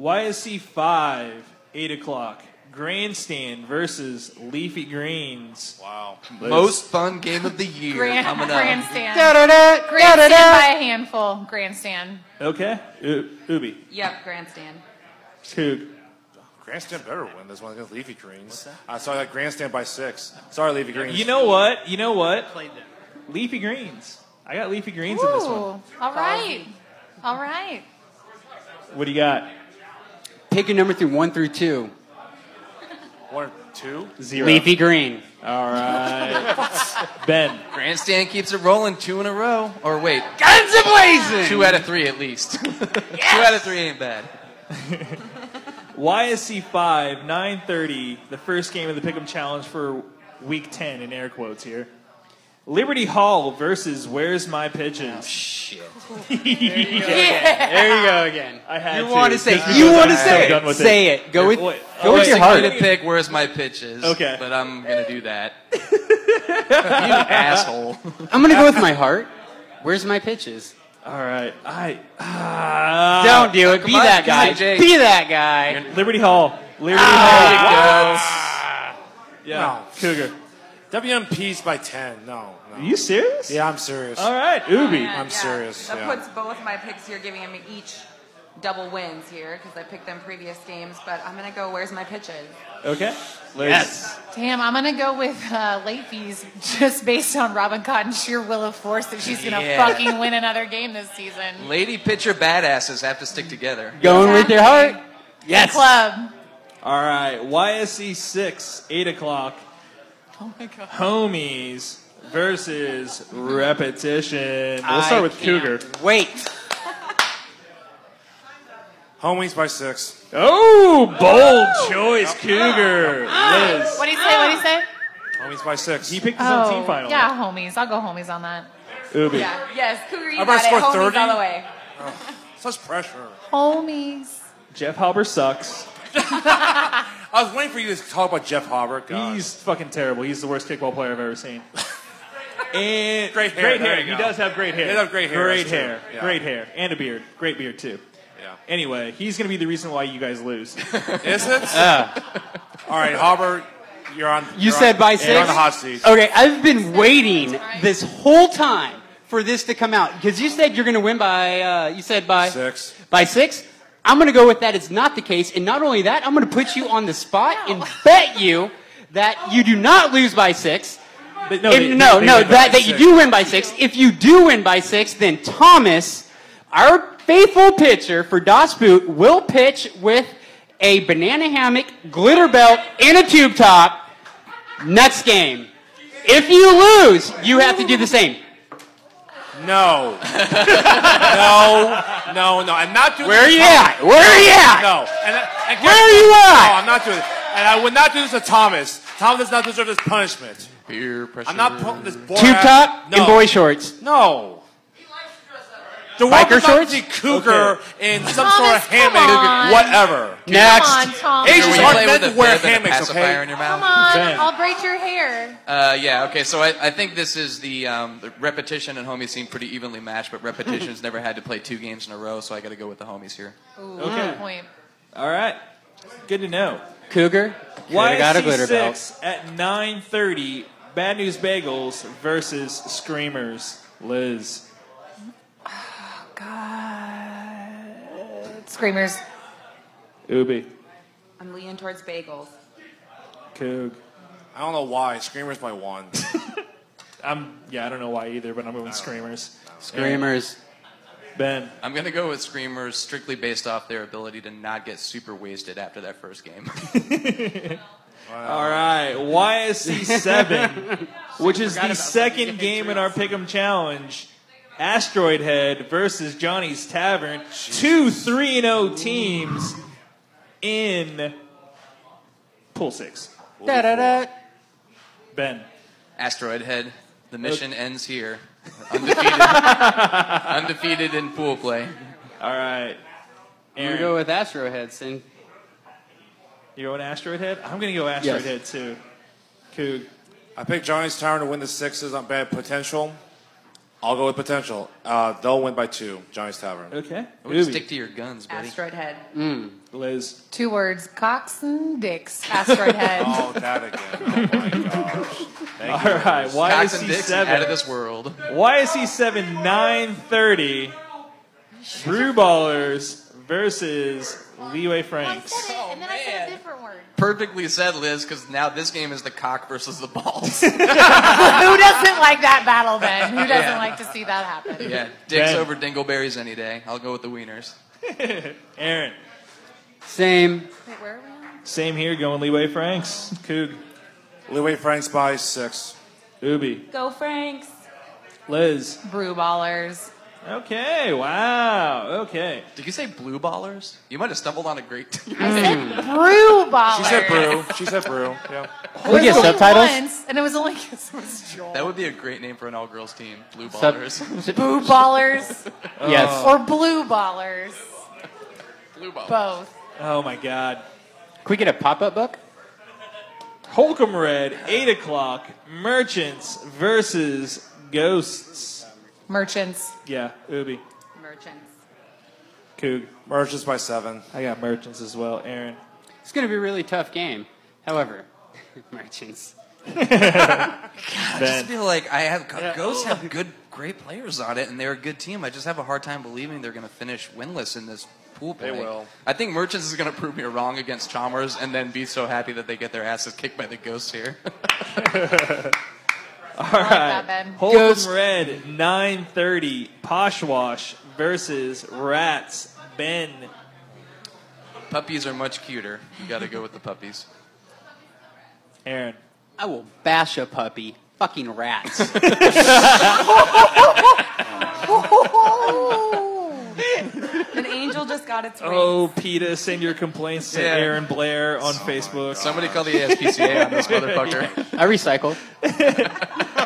YSC five eight o'clock. Grandstand versus Leafy Greens.
Wow.
Most fun game of the year
Grand,
coming up.
grandstand.
Da-da-da,
grandstand
da-da-da.
by a handful. Grandstand.
Okay. U- Ubi.
Yep, grandstand.
Coog.
Grandstand better win this one against Leafy Greens. I saw that Grandstand by six. Sorry, Leafy Greens.
You know what? You know what? Leafy Greens. I got Leafy Greens in this one.
Ooh, all right. All right.
What do you got?
Pick a number through one through two.
One, two,
zero.
Leafy green.
All
right.
ben.
Grandstand keeps it rolling two in a row. Or wait.
Guns a blazing!
Two out of three at least. Two out of three ain't bad.
YSC five nine thirty. The first game of the Pick'em Challenge for Week Ten in air quotes here. Liberty Hall versus Where's My Pigeon?
Oh,
shit. there you
go again. There you go again.
I had
You
to.
wanna say-
just
you
because
wanna
I'm
say
so
it.
done with
Say it. Go with-
Wait,
go with
okay.
your
I'm
heart.
going to pick where's my pitches.
Okay.
But I'm going to do that. you asshole.
I'm gonna go with my heart. Where's my pitches?
All right, I uh,
don't do it. Be
come on,
that guy.
Jake.
Be that guy. Ah.
Liberty Hall. Liberty Ah. Hall. Yeah. Cougar.
WMPs by 10. No, no. Are
you serious?
Yeah, I'm serious.
All right, Ubi.
Yeah,
I'm
yeah.
serious.
That
yeah.
puts both my picks here, giving me each double wins here because I picked them previous games. But I'm gonna go. Where's my pitches?
Okay. Liz.
Damn, I'm gonna go with uh, late fees just based on Robin Cotton's sheer will of force that she's gonna
Yeah.
fucking win another game this season.
Lady pitcher badasses have to stick together.
Going with your heart.
Yes.
Club.
All right. YSC six eight o'clock.
Oh my god.
Homies versus repetition. We'll
I
start with
can't
Cougar.
Wait.
Homies by six.
Oh, bold choice, Cougar.
Ah.
Liz.
What do you say? What do you say? Oh,
Homies by six. He
picked
yeah, homies. I'll go homies on that.
Ubi.
Yeah. Yes, Cougar, you
I'm gonna
got it.
score
Homies
30.
all the way.
Such pressure.
Homies.
Jeff Halber sucks.
I was waiting for you to talk about Jeff Hauber.
He's fucking terrible. He's the worst kickball player I've ever seen. and
Great hair, there
Great hair.
you
He
go.
does have great hair.
He does have great hair,
Great
that's true.
hair.
Yeah.
Great hair. And a beard. Great beard too.
Yeah.
Anyway, he's going to be the reason why you guys lose.
Is it? All right, Hauber, you're on.
You
you're
said
on-
by six.
You're on the hot seat.
Okay, I've been waiting this whole time for this to come out because you said you're going to win by. Uh, you said by
Six.
By six. I'm going to go with that. It's not the case, and not only that, I'm going to put you on the spot and bet you that you do not lose by six.
But no,
If-
they-
no,
they
no,
win by
that, that you
six.
do win by six. If you do win by six, then Thomas, our faithful pitcher for Das Boot, will pitch with a banana hammock, glitter belt, and a tube top next game. If you lose, you have to do the same.
No. no. No. No. I'm not doing.
Where
this
you
Thomas.
at? Where you at?
No. And, uh, and
Where you at?
No, I'm not doing it. And I would not do this to Thomas. Thomas does not deserve this punishment.
Peer pressure.
I'm not putting this boy.
Tube top
no.
and boy shorts.
No. The
Biker
Walker's not
shorts?
the cougar in some sort of
Thomas, come on.
hammock, whatever.
Come Next. on, Thomas.
Asians
When you
aren't
play
meant
with
to
a
wear
bib and a
hammocks,
pacifier
okay?
in your
Come
mouth.
on,
Ben.
I'll braid your hair.
Uh, yeah, okay, so I, I think this is the, um, the repetition and homies seem pretty evenly matched, but repetition's never had to play two games in a row, so I got to go with the homies here.
Ooh,
Okay.
good point.
All right. Good to know.
Cougar.
Why
Coulda got a glitter belt.
six at nine thirty? Bad News Bagels versus Screamers. Liz.
Screamers.
Ubi.
I'm leaning towards bagels.
Coog.
I don't know why. Screamer's my one.
I'm yeah, I don't know why either, but I'm going with Screamers.
Screamers.
Ben.
I'm going to go with Screamers strictly based off their ability to not get super wasted after that first game.
All right, YSC seven, which is the second game in our Pick'em Challenge. Asteroid Head versus Johnny's Tavern. Two three and O teams in pool six.
Da-da-da.
Ben.
Asteroid Head, the mission ends here. Undefeated, undefeated in pool play.
All right.
I'm gonna go with Astro Heads and
You're going Asteroid Head? I'm going to go Asteroid
Yes.
Head too. Coog.
I picked Johnny's Tavern to win the sixes on bad potential. I'll go with potential. Uh, they'll win by two. Johnny's Tavern.
Okay.
to your guns,
Asteroid head.
Hmm.
Mm.
Liz.
Two words: cocks and dicks. Asteroid head.
Oh, that again. Oh, my gosh.
All
Thank you.
right. Why
Cox
is
and
he
Dixon
seven?
out of this world.
Why is he seven? Nine thirty. Brew ballers versus Leeway Franks.
Oh,
and then I said a different word.
Perfectly said, Liz, because now this game is the cock versus the balls.
Who doesn't like that battle then? Who doesn't
Yeah.
like to see that happen?
yeah, dicks
Ben.
over dingleberries any day. I'll go with the wieners.
Aaron.
Same.
Wait, where are we?
Same here. Going Leeway Franks. Coog.
Leeway Franks by six.
Ubi.
Go Franks.
Liz.
Brew ballers.
Okay. Wow. Okay.
Did you say blue ballers? You might have stumbled on a great.
Brew ballers.
She said brew.
She said brew. Yeah.
It was only once, and it was only because it was Joel.
That would be a great name for an all-girls team. Blue
Sub-
ballers. Oh.
Boo ballers.
Yes.
Or blue ballers.
Blue
Both.
Oh my God.
Can we get a pop-up book?
Holcomb Red. Eight o'clock. Merchants versus Ghosts.
Merchants.
Yeah. Ubi.
Merchants.
Coog.
Merchants by seven.
I got merchants as well. Aaron.
It's going to be a really tough game. However, merchants.
I just feel like I have Ghosts have good, great players on it, and they're a good team. I just have a hard time believing they're going to finish winless in this pool play.
They will.
I think Merchants is going to prove me wrong against Chalmers, and then be so happy that they get their asses kicked by the Ghosts here.
All right.
that, Ben.
Holcomb
Ghost.
Red, 930, Poshwash versus Rats, Ben.
puppies are much cuter. You got to go with the puppies.
Aaron.
I will bash a puppy. Fucking rats.
Oh! An angel just got its ring.
Oh, PETA, send your complaints to
Yeah. Oh
Aaron Blair on Facebook.
Somebody call the ASPCA on this motherfucker.
I recycle.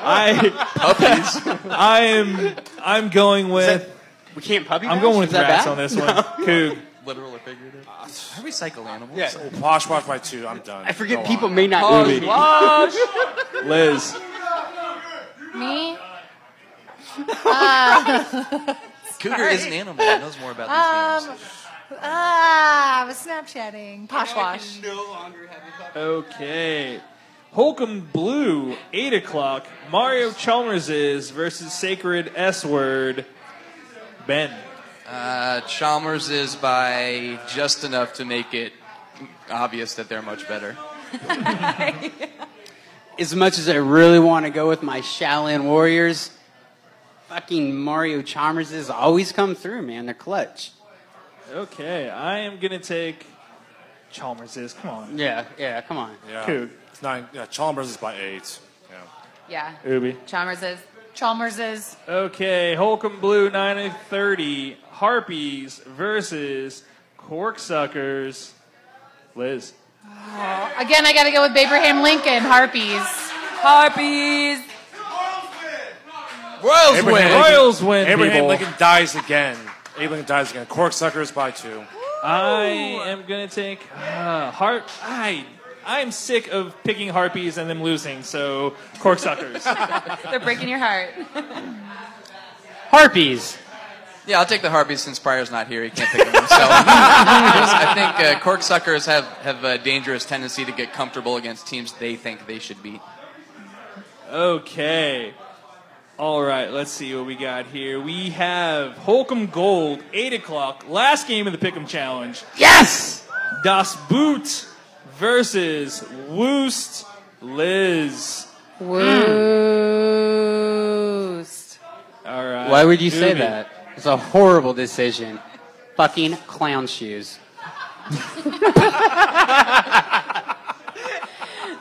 I, puppies. I am I'm going with.
we can't puppy
I'm
bash?
going with
Is that
rats
bad?
on this
No.
one. Coog.
Literal or figurative? I recycle animals.
Ah, Yeah. Poshwash by two. I'm done.
I forget
Go
people
on.
may not know me.
Liz.
Me? Um, Uh,
Cougar
sorry.
is an animal. It knows more about these games.
Um, ah, I was Snapchatting. Poshwash.
Okay. Holcomb Blue, 8 o'clock, Mario Chalmers is versus Sacred S Word, Ben.
Uh, Chalmers is by just enough to make it obvious that they're much better.
As much as I really want to go with my Shaolin Warriors, fucking Mario Chalmers has always come through, man. They're clutch.
Okay, I am gonna take Chalmers is. Come on.
Yeah, yeah, come on.
Yeah.
Coog.
It's nine. Yeah. Chalmers is by eight. Yeah.
Yeah.
Ubi.
Chalmers is. Chalmers is.
Okay, Holcomb Blue nine and thirty. Harpies versus Corksuckers. Liz.
Oh, again, I got to go with Abraham Lincoln. Harpies. Harpies.
Royals
win. Royals win,
Abraham
people.
Lincoln dies again. Abraham Lincoln dies again. Corksuckers by two.
I
Oh.
am gonna take uh, Harp. I I'm sick of picking Harpies and them losing, so Corksuckers.
They're breaking your heart.
Harpies.
Yeah, I'll take the Harpies since Pryor's not here. He can't pick them himself. I think uh, Corksuckers have, have a dangerous tendency to get comfortable against teams they think they should beat.
Okay. All right, let's see what we got here. We have Holcomb Gold, 8 o'clock, last game of the Pick'em Challenge.
Yes!
Das Boot versus Woost Liz.
Woost.
All
Uh,
right.
Why would you say
Doobie.
that? It's a horrible decision. Fucking clown shoes.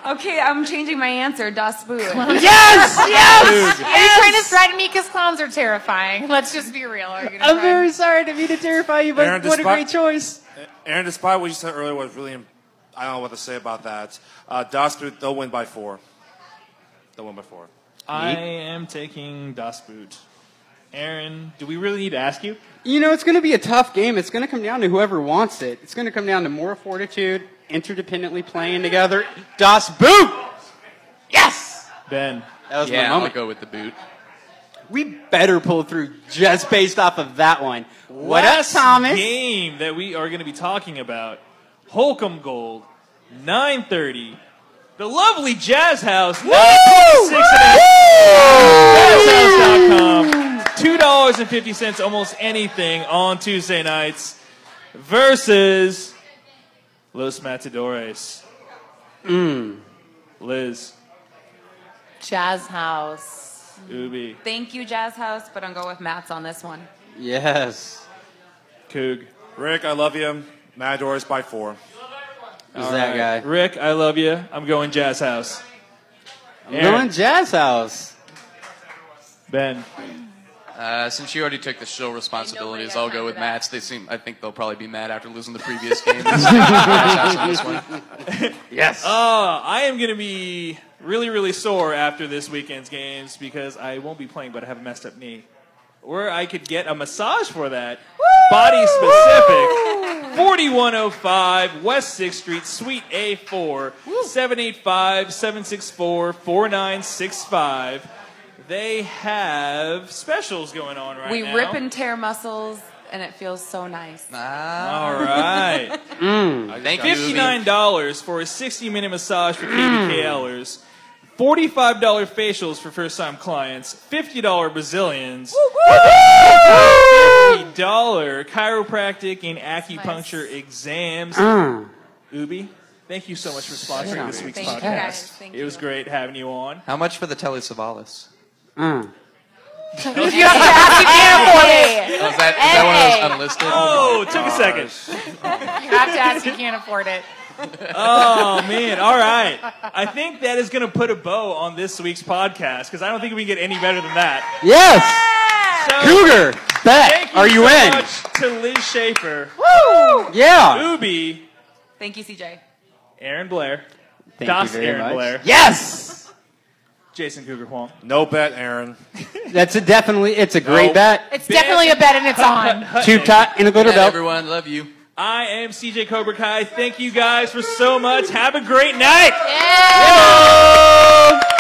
Okay, I'm changing my answer. Das Boot.
Yes! Yes!
Dude.
Are you trying to threaten me? Because clowns are terrifying. Let's just be real. Are you gonna try?
sorry to me to terrify you,
Aaron, despite-
choice.
Aaron, despite what you said earlier, was really. Im- I don't know what to say about that. Uh, Das Boot, they'll win by four. They'll win by four.
I am taking Das Boot. Aaron, do we really need to ask you?
You know, it's going to be a tough game. It's going to come down to whoever wants it. It's going to come down to moral fortitude, interdependently playing together. Das Boot! Yes!
Ben.
That was
yeah,
my moment.
I'll go with the boot.
we better pull through just based off of that one. What up,
Last
Thomas?
game that we are going to be talking about, Holcomb Gold, 9.30, the lovely Jazz House, 9.6 $2.50, almost anything on Tuesday nights, versus Los Matadores.
Mm.
Liz,
Jazz House.
Ubi,
Thank you, Jazz House, but I'm going with Matt's on this one.
Yes.
Coog.
Rick, I love you. Matadors by four.
Who's that guy?
Rick, I love you. I'm going Jazz House.
I'm going Jazz House.
Ben.
Uh, since you already took the show responsibilities, I'll go with Matt's. They seem, I think they'll probably be mad after losing the previous game. Matt's house on this one.
Yes.
Oh,
Uh, I am going to be really, really sore after this weekend's games because I won't be playing, but I have a messed up knee. Or I could get a massage for that. Body specific. 4105 West 6th Street, Suite A4, 785 764 4965. They have specials going on right
we
now.
rip and tear muscles, and it feels so nice.
All right.
Thank you.
Fifty-nine dollars for a sixty-minute massage for KBKLers. Forty-five dollar facials for first-time clients. Fifty-dollar Brazilians. Fifty-dollar chiropractic and acupuncture exams.
Mm.
Ubi, thank you so much for sponsoring
Yeah.
this week's
Thank you,
podcast.
guys. Thank
it was great having you on.
How much for the Telly Savalas?
have
Oh, is that, is that one of those unlisted?
Oh, took a second.
You have to ask. You can't afford it.
oh man! All right, I think that is going to put a bow on this week's podcast because I don't think we can get any better than that.
Yes.
So-
Cougar,
Thank
bet.
you
Are you
so
in?
Much to Liz Schaefer,
Woo!
Yeah.
Ubi,
Thank you, CJ.
Aaron Blair,
Thank
Das
you very
Aaron
much.
Blair,
Yes.
Jason Cougar Huang.
No bet, Aaron.
That's a definitely. It's a great
No.
bet.
It's definitely a bet, and it's on.
Two top and a
Good
glitter
night,
belt.
everyone. Love you.
I am CJ Cobra Kai. Thank you guys for so much. Have a great night.
Yeah.